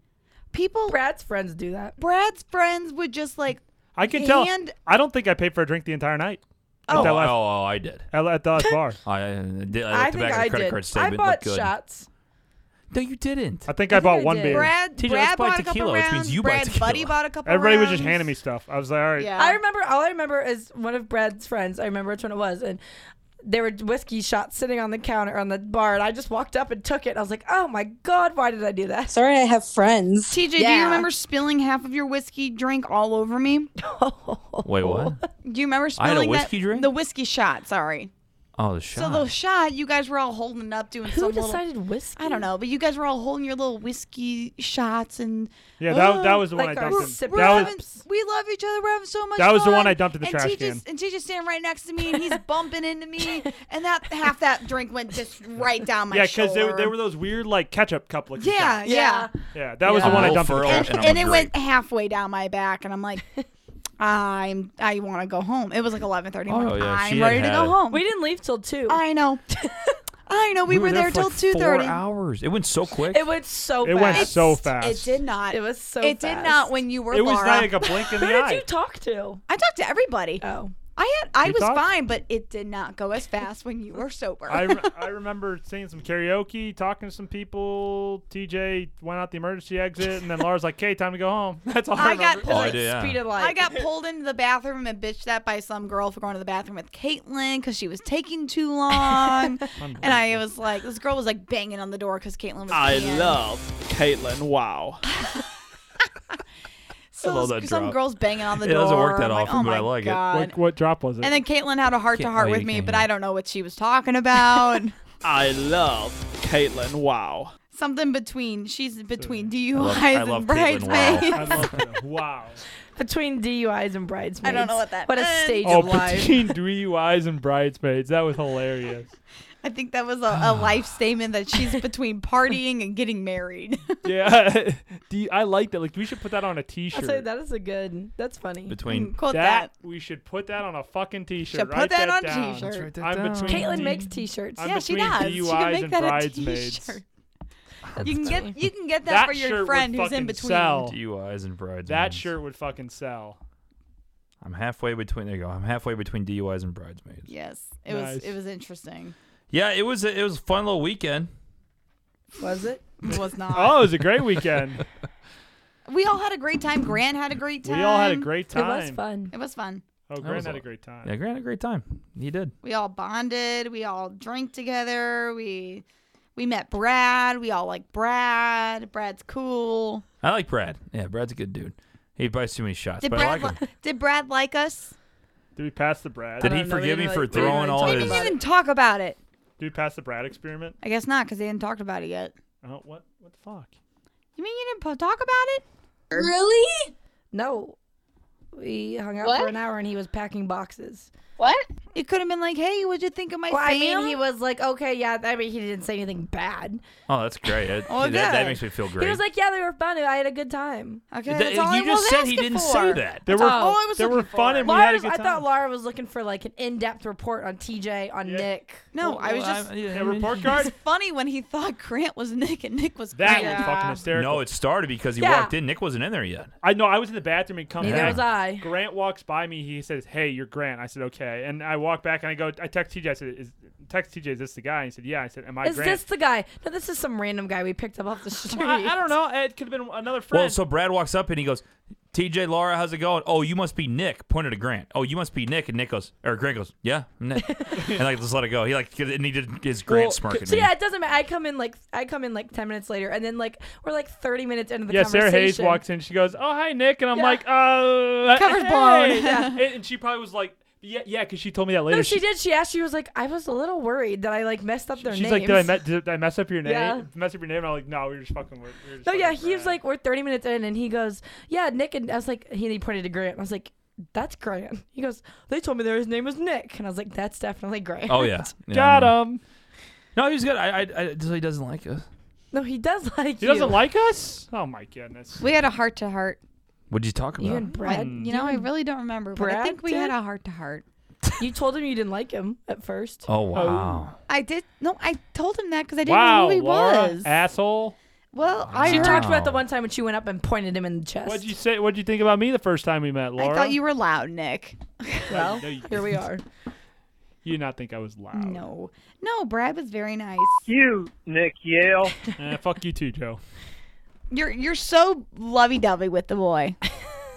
A: People,
D: Brad's friends do that.
A: Brad's friends would just like,
C: I can tell.
A: And-
C: I don't think I paid for a drink the entire night.
B: oh,
C: at that
B: oh,
C: last,
B: oh, I did.
C: at, at the last bar.
B: I, I did. I looked
D: I
B: back
D: think
B: at the
D: I
B: credit
D: did.
B: card statement.
D: I
B: It
D: bought
B: looked good.
D: shots.
B: No, you didn't.
C: I think
D: I
C: I,
D: think
C: bought
D: I
C: one
D: did.
C: beer.
A: Brad,
B: TJ,
A: Brad
B: let's buy
A: bought a couple
B: tequila, which means
A: rounds.
B: you buy
A: Brad
B: tequila.
A: Buddy bought a couple.
C: Everybody
A: rounds.
C: was just handing me stuff. I was like, all right.
A: Yeah.
D: I remember, all I remember is one of Brad's friends, I remember which one it was, and there were whiskey shots sitting on the counter on the bar, and I just walked up and took it. I was like, oh my God, why did I do that?
E: Sorry, I have friends.
A: TJ, do you
D: Yeah.
A: remember spilling half of your whiskey drink all over me?
B: Wait, what?
A: Do you remember
B: I
A: spilling
B: had a
A: that-
B: whiskey drink?
A: The whiskey shot. Sorry.
B: Oh, the shot.
A: So the shot, you guys were all holding up doing
D: Who
A: some little
D: decided whiskey?
A: I don't know, but you guys were all holding your little whiskey shots and
C: Yeah, that, that
A: Oh,
C: was the one
D: like
C: I
D: our
A: we're,
C: dumped
D: sip
C: in.
A: we're
C: That
A: having-
C: was,
A: we love each other. We're having so much.
C: That was the
A: fun.
C: one I dumped in the
A: and
C: trash
A: TJ's,
C: can.
A: And TJ's standing right next to me, and he's bumping into me, and that half that drink went just right down my
C: yeah, because
A: shoulder.
C: they, they were those weird, like, ketchup cup looking
A: Yeah,
C: shots.
A: yeah.
C: Yeah, that was the
B: Yeah.
C: one I
B: Will
C: dumped in the
B: Ferrell
C: trash
A: And,
B: and I'm
C: can.
A: and
B: a
A: it went halfway down my back, and I'm like, I'm I want to go home. It was like 11:30. I'm
B: Oh,
A: like,
B: yeah, she
A: I'm
B: had
A: ready to
B: had
A: go
B: it.
A: home.
D: We didn't leave till 2.
A: I know. I know. We, were, there,
B: for
A: till
B: like
A: 2:30.
B: Four hours. It went so quick.
D: it went so
C: It
D: fast.
C: went so
A: It
C: fast.
A: did not.
D: It was so
A: It did not
D: fast.
A: when you were
C: It was
A: Laura.
C: like a blink in
D: Who
C: the
D: did you
C: eye.
D: talk to?
A: I talked to everybody.
D: Oh.
A: I had I
C: You
A: was
C: thought?
A: fine, but it did not go as fast when you were sober.
C: I, re- I remember singing some karaoke, talking to some people. TJ went out the emergency exit, and then Laura's like, "Okay, time to go home." That's all I,
A: I got
C: remember.
B: Oh, I
A: like,
B: did, yeah.
D: Speed of light.
A: I got pulled into the bathroom and bitched at by some girl for going to the bathroom with Caitlyn because she was taking too long. and I was like, this girl was like banging on the door because Caitlyn was.
F: I
A: peeing.
F: love Caitlyn. Wow.
A: So
B: I love
A: s-
B: that
A: some
B: drop.
A: girls banging on the
B: It
A: door.
B: doesn't work that
A: I'm like,
B: often,
A: oh
B: but
A: my
B: I like it.
A: God.
C: What, what drop was it?
A: And then Caitlyn had a heart to
B: Can't-
A: heart
B: oh,
A: with
B: you
A: me,
B: can't
A: but
B: hear.
A: I don't know what she was talking about.
F: I love Caitlyn. Wow.
A: Something between she's between
B: love-
A: DUIs
B: I
A: and
B: love Caitlyn Wow.
A: bridesmaids.
C: I love it. Wow.
D: between DUIs and bridesmaids.
A: I don't know what that
D: What a
A: meant.
D: stage
C: Oh,
D: of life.
C: between DUIs and bridesmaids, that was hilarious.
A: I think that was a, a life statement that she's between partying and getting married.
C: Yeah, D- I like that. Like, we should put that on a
D: I'll say
C: T-shirt.
D: that is a good. That's funny.
B: Between
A: Quote that.
C: That we should put that on a fucking T-shirt.
A: Should put
C: Write
A: that on
C: down.
A: T-shirt. Let's
B: write that
C: I'm
B: down.
C: between
D: Caitlin
C: D-
D: makes t-shirts.
C: I'm
A: yeah, she
C: between
A: does. she can
C: DUIs
A: make
C: and
A: that
C: bridesmaids.
A: a t-shirt.
D: That's
A: You can
D: funny.
A: get you can get that,
C: That
A: for
C: shirt
A: your
C: would
A: friend who's in
C: fucking
A: between.
C: sell.
B: DUIs and bridesmaids.
C: That shirt would fucking sell.
B: I'm halfway between. There you go. I'm halfway between DUIs and bridesmaids.
A: Yes, it
C: Nice.
A: was it was interesting.
B: Yeah, it was. A, it was a fun little weekend.
D: Was it?
A: It was not.
C: Oh, it was a great weekend.
A: We all had a great time. Grant had a great time.
C: we all had a great
D: It was
C: time.
D: fun.
A: It was fun.
C: Oh,
B: was
C: Grant had
B: a-
C: a great time.
B: Yeah, Grant had a great time. He did.
A: We all bonded. We all drank together. We we met Brad. We all like Brad. Brad's cool.
B: I like Brad. Yeah, Brad's a good dude. He buys too many shots,
A: Did
B: but I
A: Brad
B: like him.
A: li- did Brad like us?
C: Did we pass the Brad?
B: Did
D: I
B: he
D: don't know, we
B: forgive me
D: didn't
B: for
D: really- we didn't
B: throwing
D: really
B: all
D: talk
A: We
B: his-
A: didn't
D: about it.
A: even talk about it.
C: Did we pass the Brad experiment?
A: I guess not because they hadn't talked about it yet.
C: Oh, what? What the fuck?
A: You mean you didn't po- talk about it?
E: Really?
D: No. We hung out for
E: What?
D: an hour and he was packing boxes.
E: What?
A: It could have been like, hey, what'd you think of my
D: Well, I
A: fam?
D: mean, he was like, okay, yeah. I mean, he didn't say anything bad.
B: Oh, that's great. That-
A: Oh,
B: that, that
A: good.
B: makes me feel great.
D: He was like, yeah, they were fun. I had a good time.
A: okay,
B: Th-
A: that's all
B: you
A: I
B: just
A: was
B: said he
A: asking
B: didn't
A: for.
B: say that.
C: There were
D: all Oh,
A: I was
C: there were
A: looking
C: fun
A: for.
C: and we
D: Laura
C: had a
D: was,
C: good
D: I
C: time.
D: thought Laura was looking for like an in-depth report on TJ, on
C: Yeah.
D: Nick.
A: No, I was
B: Well,
A: just.
B: I- yeah,
C: Yeah,
B: I mean-
C: report
A: It's
C: card.
A: funny when he thought Grant was Nick and Nick was
C: That
A: Grant.
C: was fucking hysterical.
B: No, it started because he
D: Yeah.
B: walked in. Nick wasn't in there yet.
C: I know. I was in the bathroom and come
D: Neither
B: Yeah.
C: back.
D: was I.
C: Grant walks by me. He says, "Hey, you're Grant." I said, "Okay." And I walk back and I go. I text TJ. I said, is, "Text TJ. Is this the guy?" And he said, "Yeah." I said, "Am I
D: Is
C: Grant?"
D: this the guy? No, this is some random guy we picked up off the street.
C: I, I don't know. It could have been another friend.
B: Well, so Brad walks up and he goes, TJ, Laura, how's it going? Oh, you must be Nick. Pointed to Grant. Oh, you must be Nick. And Nick goes, or Grant goes, yeah, I'm Nick. and like, just let it go. He like, and he did his Grant
C: Well,
B: smirk at
D: So
B: me.
D: yeah, it doesn't matter. I come in like I come in like ten minutes later, and then like we're like thirty minutes into the
C: yeah, Sarah
D: conversation.
C: Hayes walks in. She goes, "Oh, hi, Nick," and I'm
D: Yeah.
C: like, "Uh,
A: Cover's
C: hey."
A: blown.
C: and, and she probably was like, "Yeah, yeah," because she told me that later.
D: No, she did. She asked. She was like, I was a little worried that I like messed up their
C: She's
D: names.
C: like, "Did I, me- did I mess up your name?
D: Yeah.
C: Mess up your name?" And I'm like, "No, we were just fucking with." uh, We were just
D: No, yeah,
C: fucking
D: he was
C: around."
D: like, we're thirty minutes in, and he goes, yeah, Nick, and I was like, he, he pointed to Grant. I was like, that's Grant. He goes, they told me that his name was Nick, and I was like, that's definitely Grant.
B: Oh, yeah. yeah
C: "Got
B: I know.
C: him."
B: No, he was good. I, I, I just, he doesn't like us.
D: No, he does like
C: He
D: you.
C: doesn't like us. Oh my goodness.
A: We had a heart to heart.
B: What'd you talk about?
D: you and Brad.
B: Mm.
A: You know, I really don't remember, but I
D: Brad
A: think we
D: did?
A: had a heart to heart.
D: you told him you didn't like him at first.
B: oh, wow.
A: I did. No, I told him that because I didn't
C: Wow,
A: know who he
C: Laura,
A: was.
C: asshole.
A: well, I
D: She
A: heard,
D: talked about
B: Wow.
D: the one time when she went up and pointed him in the chest.
C: What'd you say? What'd you think about me the first time we met, Laura?
A: I thought you were loud, Nick.
D: Well,
C: No, you
D: here we are.
C: You did not think I was loud?
A: No, no, Brad was very nice.
G: You, Nick Yale.
C: Eh, fuck you too, Joe.
A: You're you're so lovey dovey with the boy.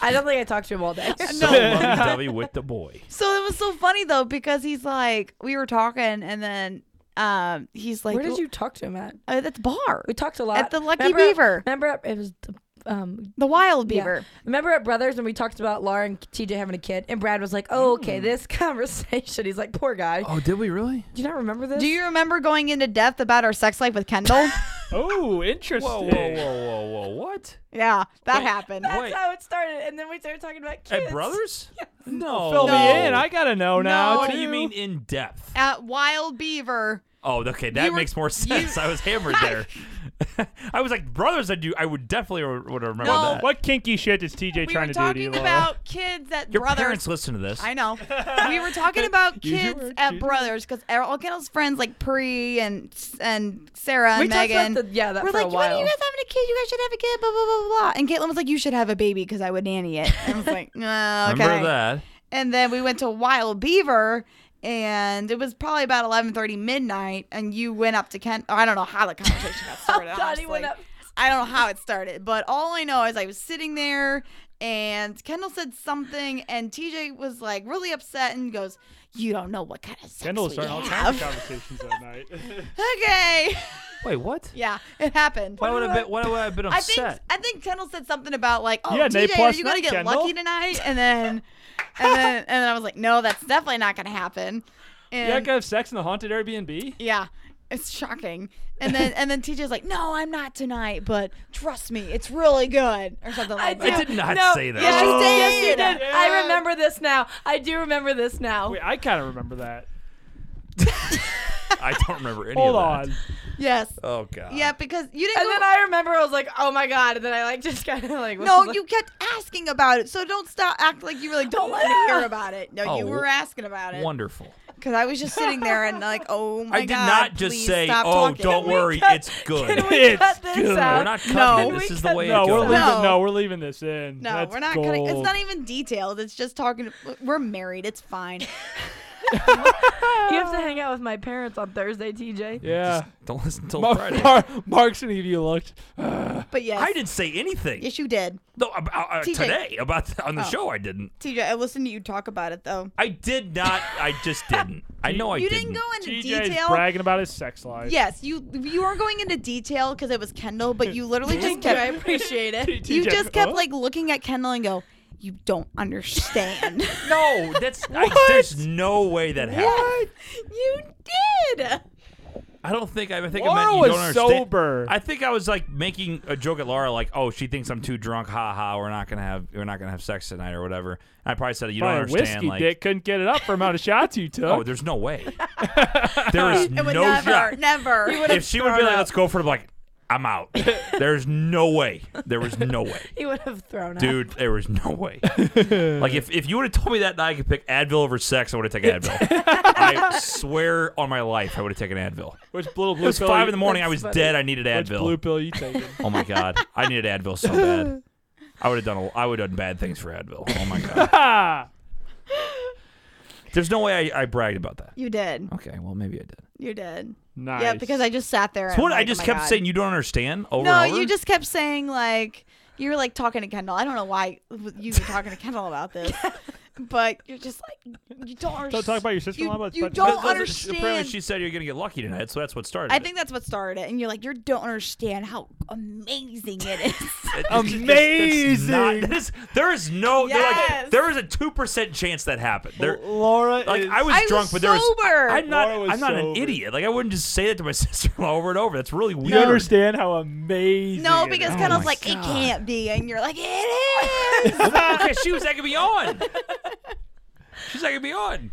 D: I don't think I talked to him all day.
B: So lovey-dovey with the boy.
A: So it was so funny though because he's like we were talking and then um he's like
D: Where did you talk to him at?
A: uh, at the bar
D: We talked a lot
A: At the Lucky
D: Remember-
A: Beaver.
D: Remember, at- it was the, um.
A: the wild
D: yeah.
A: beaver.
D: Remember at Brothers when we talked about Laura and TJ having a kid, and Brad was like, "Oh, okay, this conversation." He's like, "Poor guy."
B: Oh, did we really?
D: Do you not remember this?
A: Do you remember going into depth about our sex life with Kendall?
C: Oh, interesting.
B: Whoa, whoa, whoa, whoa, whoa. What?
A: yeah, that happened.
D: That's
B: Wait.
D: how it started, and then we started talking about kids.
B: At Brothers? No.
C: Fill me
B: No.
C: in. I gotta know now.
A: No.
B: What do
C: too.
B: you mean in depth?
A: At Wild Beaver.
B: Oh, okay, that
A: were-
B: makes more sense. I was hammered there. I was like, brothers, I do. I would definitely re- would remember
A: No.
B: that.
C: What kinky shit is TJ
A: We were
C: trying to do to you,
A: talking
C: Laura?
A: about kids at
B: Your
A: brothers.
B: parents listen to this.
A: I know. we were talking about
C: Use your
A: kids
C: words,
A: at
C: use your
A: brothers because all Kendall's friends like Pri and and Sarah
D: We
A: and
D: talked about
A: Megan.
D: the- yeah, that
A: we're
D: for a
A: like, "When are
D: while."
A: you guys having a kid? You guys should have a kid. Blah blah blah blah. blah." And Caitlin was like, you should have a baby because I would nanny it. And I was like, no, "Oh, okay.
B: Remember that?
A: and then we went to Wild Beaver, and it was probably about eleven thirty midnight. And you went up to Ken. I don't know how the conversation got started.
D: Donnie went
A: honestly.
D: up.
A: I don't know how it started, but all I know is I was sitting there and Kendall said something, and TJ was like really upset and goes, "You don't know what kind of sex
C: Kendall was
A: we
C: starting all kinds
A: have."
C: of conversations that night.
A: okay,
B: Wait, what?
A: yeah, it happened.
B: Why would I been, why would I have been
A: I think
B: upset?
A: I think Kendall said something about like, oh,
C: You had an A
A: TJ, are
C: plus
A: you gonna
C: night,
A: get
C: Kendall."
A: lucky tonight? And then, and then, and then I was like, no, that's definitely not gonna happen.
F: You like
A: And
F: to have sex in the haunted Airbnb?
A: yeah, it's shocking. And then, and then TJ's like, no, I'm not tonight, but trust me, it's really good or something like
D: do.
A: that.
B: did not
D: No,
B: say that.
D: Yes,
A: Oh.
D: you did. Yes, you
A: Yeah.
D: did. Oh. I remember this now. I do remember this now.
C: Wait, I kind of remember that.
B: I don't remember any
C: Hold
B: of that.
C: on.
A: Yes.
B: Oh god.
A: Yeah, because you didn't.
D: and
A: go-
D: then I remember I was like, oh my god. And then I like just kind of like was
A: no,
D: like-
A: you kept asking about it, so don't stop. Act like you really don't want to
D: no.
A: hear about it. No, you
B: Oh,
A: were asking about it
B: Wonderful.
A: because I was just sitting there and like, oh my
B: I did
A: god!
B: not just
A: please
B: say,
A: stop
B: "Oh,
A: talking."
B: don't worry,
D: cut-
B: it's good."
D: Can we cut this out?
B: We're not cutting
A: No.
B: it.
D: We
B: This is the
D: cut-
B: way
C: No,
B: it
C: we're
B: goes.
C: leaving. No.
A: No.
C: we're leaving this in.
A: No,
C: That's
A: we're not cutting. It's
C: gold.
A: not even detailed. It's just talking. We're married. It's fine.
D: You have to hang out with my parents on Thursday, TJ.
C: Yeah.
B: Don't listen till
C: Mar-
B: Friday.
C: Mar- Mark's gonna give you a look.
A: But yes,
B: I didn't say anything.
A: Yes, you did,
B: No, about, uh,
A: TJ.
B: today about on the
A: Oh.
B: show. I didn't.
A: TJ. I listened to you talk about it though.
B: I did not. I just didn't. I know I
A: you
B: didn't.
A: didn't go into
C: TJ's
A: detail.
C: bragging about his sex life.
A: Yes, you you weren't going into detail because it was Kendall, but you literally just
D: Thank you. I
A: kept
D: appreciate it.
A: you
C: TJ,
A: just kept
C: huh?
A: like looking at Kendall and go, you don't understand.
B: No, that's I, there's no way that happened.
A: you did.
B: I don't think I, I think I
C: Laura
B: meant you
C: was
B: don't understand.
C: sober.
B: I think I was like making a joke at Laura, like, "Oh, she thinks I'm too drunk. Ha ha. We're not gonna have we're not gonna have sex tonight or whatever." And I probably said, "You don't
C: Probably a
B: understand."
C: whiskey
B: like,
C: dick couldn't get it up for amount of shots you took.
B: oh, there's no way. there is
A: It
B: no
A: would never,
B: shot.
A: never.
B: If she would be like, "Let's go for it," I'm like, "I'm out." there's no way. There was no way.
D: He would have thrown up.
B: Dude, there was no way. like if, if you would have told me that night I could pick Advil over sex, I would have taken Advil. I swear on my life, I would have taken Advil.
C: Which little blue
B: It was
C: pill?
B: five
C: you-
B: in the morning. I was
D: funny.
B: dead. I needed
C: Which blue
B: Advil.
C: pill you taking?
B: Oh my god, I needed Advil so bad. I would have done. A, I would have done bad things for Advil. Oh my god.
C: ah,
B: There's no way I, I bragged about that.
A: You did.
B: Okay, well maybe I did.
A: You did.
C: nice.
A: Yeah, because I just sat there.
B: So
A: and
B: what?
A: I'm
B: I
A: like,
B: just
A: "Oh my
B: kept
A: God."
B: saying you don't understand over
A: No,
B: and over.
A: you just kept saying like you were like talking to Kendall. I don't know why you were talking to Kendall about this, but you're just like you don't. Understand.
C: don't talk about your sister-in-law.
A: You-
C: but it's
A: you
C: about-
A: don't
B: But those-
A: understand.
B: Apparently, she said you're gonna get lucky tonight, so that's what started.
A: I
B: it.
A: think that's what started it, and you're like you don't understand how amazing it is.
B: It- it's- it's- it's not-
C: Amazing.
B: this- there is no. they're
A: Yes.
B: Like, there is a two percent chance that happened. There,
C: Laura
B: like
C: is-
B: I was
A: I was
B: drunk, but there
A: sober.
B: was. I'm not.
C: Laura was
B: I'm not an
C: sober.
B: idiot. Like I wouldn't just say that to my sister-in-law over and over. That's really
C: you
B: weird.
C: understand how amazing.
A: no,
C: it
A: because
C: is. Oh
A: Kendall's
B: Oh my
A: like it
B: God.
A: can't be, and you're like it is.
B: okay, she was that could be on. She's not gonna be on.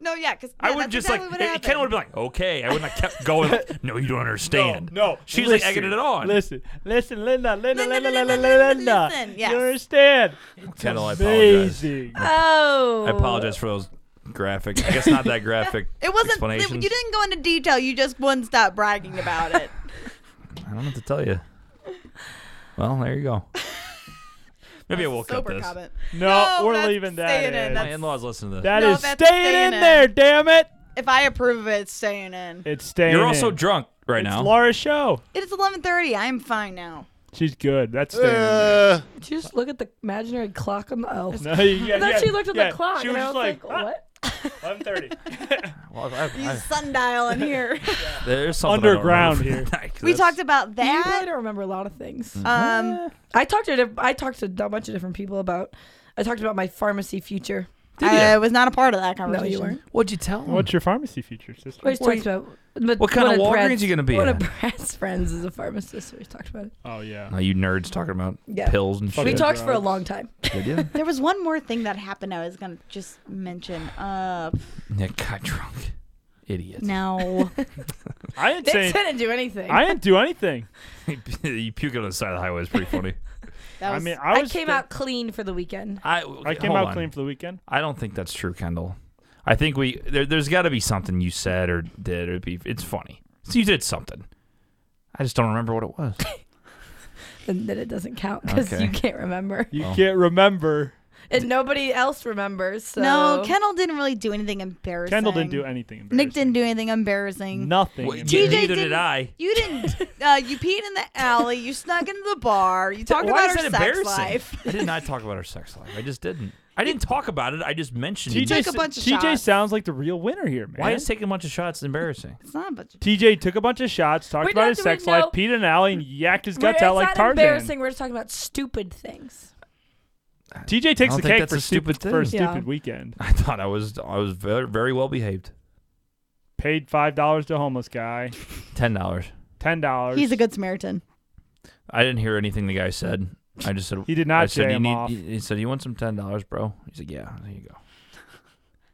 A: no, yeah, because
B: I would just
A: exactly what
B: like it- it, Ken would
A: happened.
B: be like, okay. I wouldn't have kept going. Like, no, you don't understand.
C: No, no.
B: she's
C: listen,
B: like egging it on.
C: Listen, listen, Linda, Linda,
A: Linda,
C: Linda,
A: Linda,
C: Linda,
A: Linda,
C: Linda.
A: listen, yes.
C: You understand?
B: Kendall, I apologize.
C: Amazing.
D: Oh.
B: I apologize for those graphic. I guess not that graphic.
A: It wasn't.
B: explanations.
A: It, you didn't go into detail. You just wouldn't stop bragging about it.
B: I don't know what to tell you. Well, there you go. Maybe I will cut
A: Sober
B: this.
A: comment.
C: No,
A: No,
C: we're
A: that's
C: leaving that
A: staying in.
C: in.
A: That's-
B: My in-laws listen to this.
C: That
A: No,
C: is
A: that's
C: staying,
A: staying
C: in,
A: in.
C: there. Damn it!
A: If I approve of it, it's staying in.
C: It's staying.
B: You're also
C: in.
B: drunk right
C: It's
B: now.
C: Laura's show.
A: It is 11:30. I am fine now.
C: She's good. That's staying. in there.
F: Uh,
D: Did you just look at the imaginary clock on the oh.
C: No, you, yeah,
D: I thought
C: yeah,
D: she looked at
C: yeah.
D: the clock
C: She
D: and
C: was
D: I was
C: just
D: like,
C: "Ah,
D: what?
C: 11:30.
B: Well, I- I-
A: You sundial in here.
B: there's something I don't
C: Underground
B: remember.
C: here.
B: Like,
A: we
B: that's- Eh,
A: talked about
D: You really
A: that.
D: don't remember a lot of things.
A: Um,
D: I talked to diff- I talked to a bunch of different people about. I talked about my pharmacy future.
A: I was not a part of that
D: No,
A: conversation.
D: you weren't.
B: What'd you tell him?
C: What's your pharmacy feature, sister?
D: We just talked about. But
B: What kind
D: one
B: of Walgreens
D: Brad's-
B: you gonna be
D: One
B: at?
D: of Brad's friends is a pharmacist. So we talked about it.
C: oh yeah.
B: Oh, you nerds talking about
D: Yeah.
B: pills and shit.
D: We
C: Yeah.
D: talked for a
C: Drugs.
D: long time.
B: Did you?
A: There was one more thing that happened. I was gonna just mention. Uh,
B: Yeah, got drunk. Idiot.
A: no.
C: I didn't
D: They
C: say.
D: didn't do anything.
C: I didn't do anything.
B: you puke on the side of the highway. It's pretty funny.
A: That
C: I
A: was,
C: mean,
D: I
C: I was.
D: came out clean for the weekend.
B: I,
C: I came
B: hold
C: out
B: on.
C: clean for the weekend.
B: I don't think that's true, Kendall. I think we there, there's got to be something you said or did or be. It's funny. So you did something. I just don't remember what it was.
D: And then it doesn't count because
B: Okay.
D: you can't remember.
C: You
B: Oh.
C: can't remember.
D: and nobody else remembers. So.
A: No, Kendall didn't really do anything embarrassing.
C: Kendall didn't do anything.
A: Nick
C: embarrassing.
A: didn't do anything embarrassing.
C: nothing.
B: Well,
C: embarrassing.
A: TJ
B: Neither did
A: didn't-
B: I.
A: You didn't. Uh, you peed in the alley. You snuck into the bar. You talked
B: Why
A: about
B: is
A: her
B: that
A: sex
B: embarrassing?
A: life.
B: I did not talk about her sex life. I just didn't. I didn't talk about it. I just mentioned
C: TJ,
B: it.
A: took a bunch of
C: TJ
A: shots.
C: sounds like the real winner here, man.
B: Why is taking a bunch of shots embarrassing?
A: It's not a bunch of
C: TJ took a bunch of shots, talked
D: We're
C: about
D: not
C: his
D: doing
C: sex
D: no-
C: life, peed in an alley, and yacked his
D: We're-
C: guts out
D: it's
C: like
D: not
C: Tarzan.
D: embarrassing. We're just talking about stupid things.
C: TJ
B: I
C: takes
B: don't think
C: the cake
B: that's
C: for
B: a stupid
C: for a
B: thing.
C: stupid
A: Yeah.
C: weekend.
B: I thought I was I was very, very well behaved.
C: Paid five dollars to a homeless guy,
B: Ten dollars.
C: ten dollars.
A: He's a good Samaritan.
B: I didn't hear anything the guy said. I just said
C: He did not
B: I said,
C: jay
B: you
C: him
B: need-
C: off.
B: He, he said, "You want some ten dollars, bro?" He's like, "Yeah." There you go.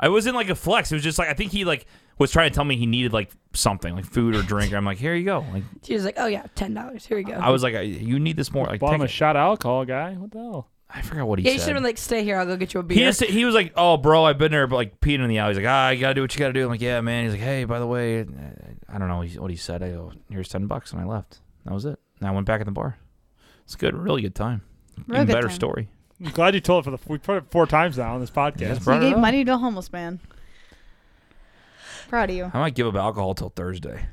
B: I wasn't like a flex. It was just like I think he like was trying to tell me he needed like something, like food or drink. I'm like, "Here you go." Like
D: She was like, "Oh yeah, ten dollars. Here we go."
B: I was like, I, "You need this more." Like
C: Bought him
B: take it.
C: a shot of alcohol, guy. What the hell?
B: I forgot what he
D: yeah, you should
B: said.
D: have been like, "Stay here. I'll go get you a beer."
B: he just he was like, "Oh, bro, I've been there, but like peeing in the alley." He's like, "Ah, you gotta do what you gotta do." I'm like, "Yeah, man." He's like, "Hey, by the way, uh, I don't know what he said." I go, "Here's ten bucks," and I left. That was it. And I went back in the bar. It's good, really good time.
A: Real
B: Even
A: good
B: better
A: time.
B: story.
C: I'm glad you told it for the we put it four times now on this
B: Yeah,
C: podcast.
B: it's
A: You
B: brought it
A: gave
B: up.
A: money to a homeless man. Proud of you.
B: I might give up alcohol till Thursday.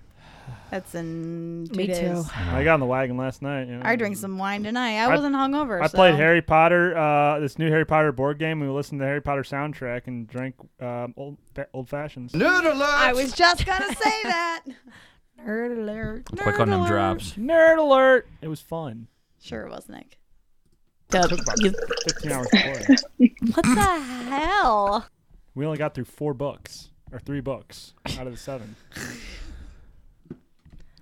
A: That's in two
D: Me
A: days.
D: too.
C: I got on the wagon last night. You know?
A: I drank some wine tonight. I,
C: I-
A: wasn't hungover.
C: I
A: so.
C: played Harry Potter, uh, this new Harry Potter board game. We listened to the Harry Potter soundtrack and drank um, old fa- old fashions.
A: I was just gonna say that. Nerd alert.
B: Click on them drops.
C: Nerd alert! It was fun.
A: Sure it was Nick.
C: Fifteen hours. Before.
A: What the hell?
C: We only got through four books or three books out of the seven.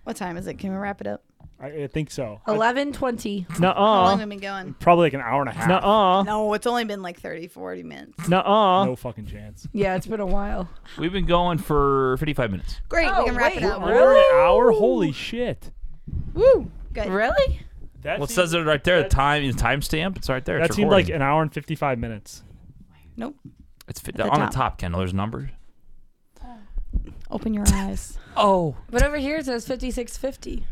A: What time is it? Can we wrap it up?
C: I, I think so.
D: eleven twenty.
A: How long
C: Nuh-uh.
A: have we been going?
C: Probably like an hour and a half. Nuh-uh.
A: No, it's only been like 30, 40 minutes.
C: Nuh-uh. No fucking chance.
D: Yeah, it's been a while.
B: We've been going for 55 minutes.
A: Great,
D: Oh,
A: we can wrap
D: wait.
A: it up.
C: Under an hour? Holy shit.
A: Woo! Good.
D: Really?
C: That
B: Well, it
C: seemed-
B: says it right there. The time is timestamp. It's right there.
C: that
B: it's
C: seemed like
B: recording.
C: an hour and 55 minutes.
A: Nope.
B: it's fit-
A: the
B: on
A: top.
B: the top, Kendall. There's numbers.
A: Open your eyes.
B: Oh,
D: But over here it says fifty six fifty.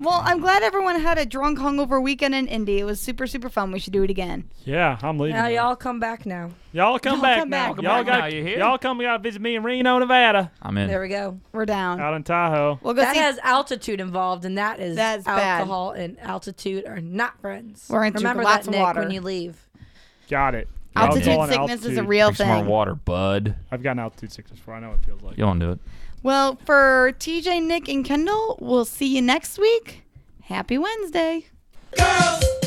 A: Well, I'm glad everyone had a drunk, hungover weekend in Indy. It was super, super fun. We should do it again.
C: Yeah, I'm leaving.
D: Now y'all come back now.
C: Y'all come
A: Y'all
C: back
A: come
C: now.
A: back. Come
C: y'all
B: back
C: got
B: now, you hear?
C: all come y'all visit me in Reno, Nevada,
B: I'm in.
D: There we go.
A: We're down.
C: out in Tahoe.
A: We'll go
D: That
A: see.
D: has altitude involved, and that is
A: That's bad.
D: alcohol and altitude are not friends.
A: We're gonna drink
D: Remember
A: lots
D: that,
A: of
D: Nick,
A: water.
D: when you leave.
C: Got it. Y'all
A: altitude
C: go on
A: sickness is a
C: altitude.
A: real
B: Drink some more
A: thing.
B: water, bud.
C: I've gotten altitude sickness before. I know what it feels like.
B: You don't do it.
A: Well, for TJ, Nick, and Kendall, we'll see you next week. Happy Wednesday.
H: Girls,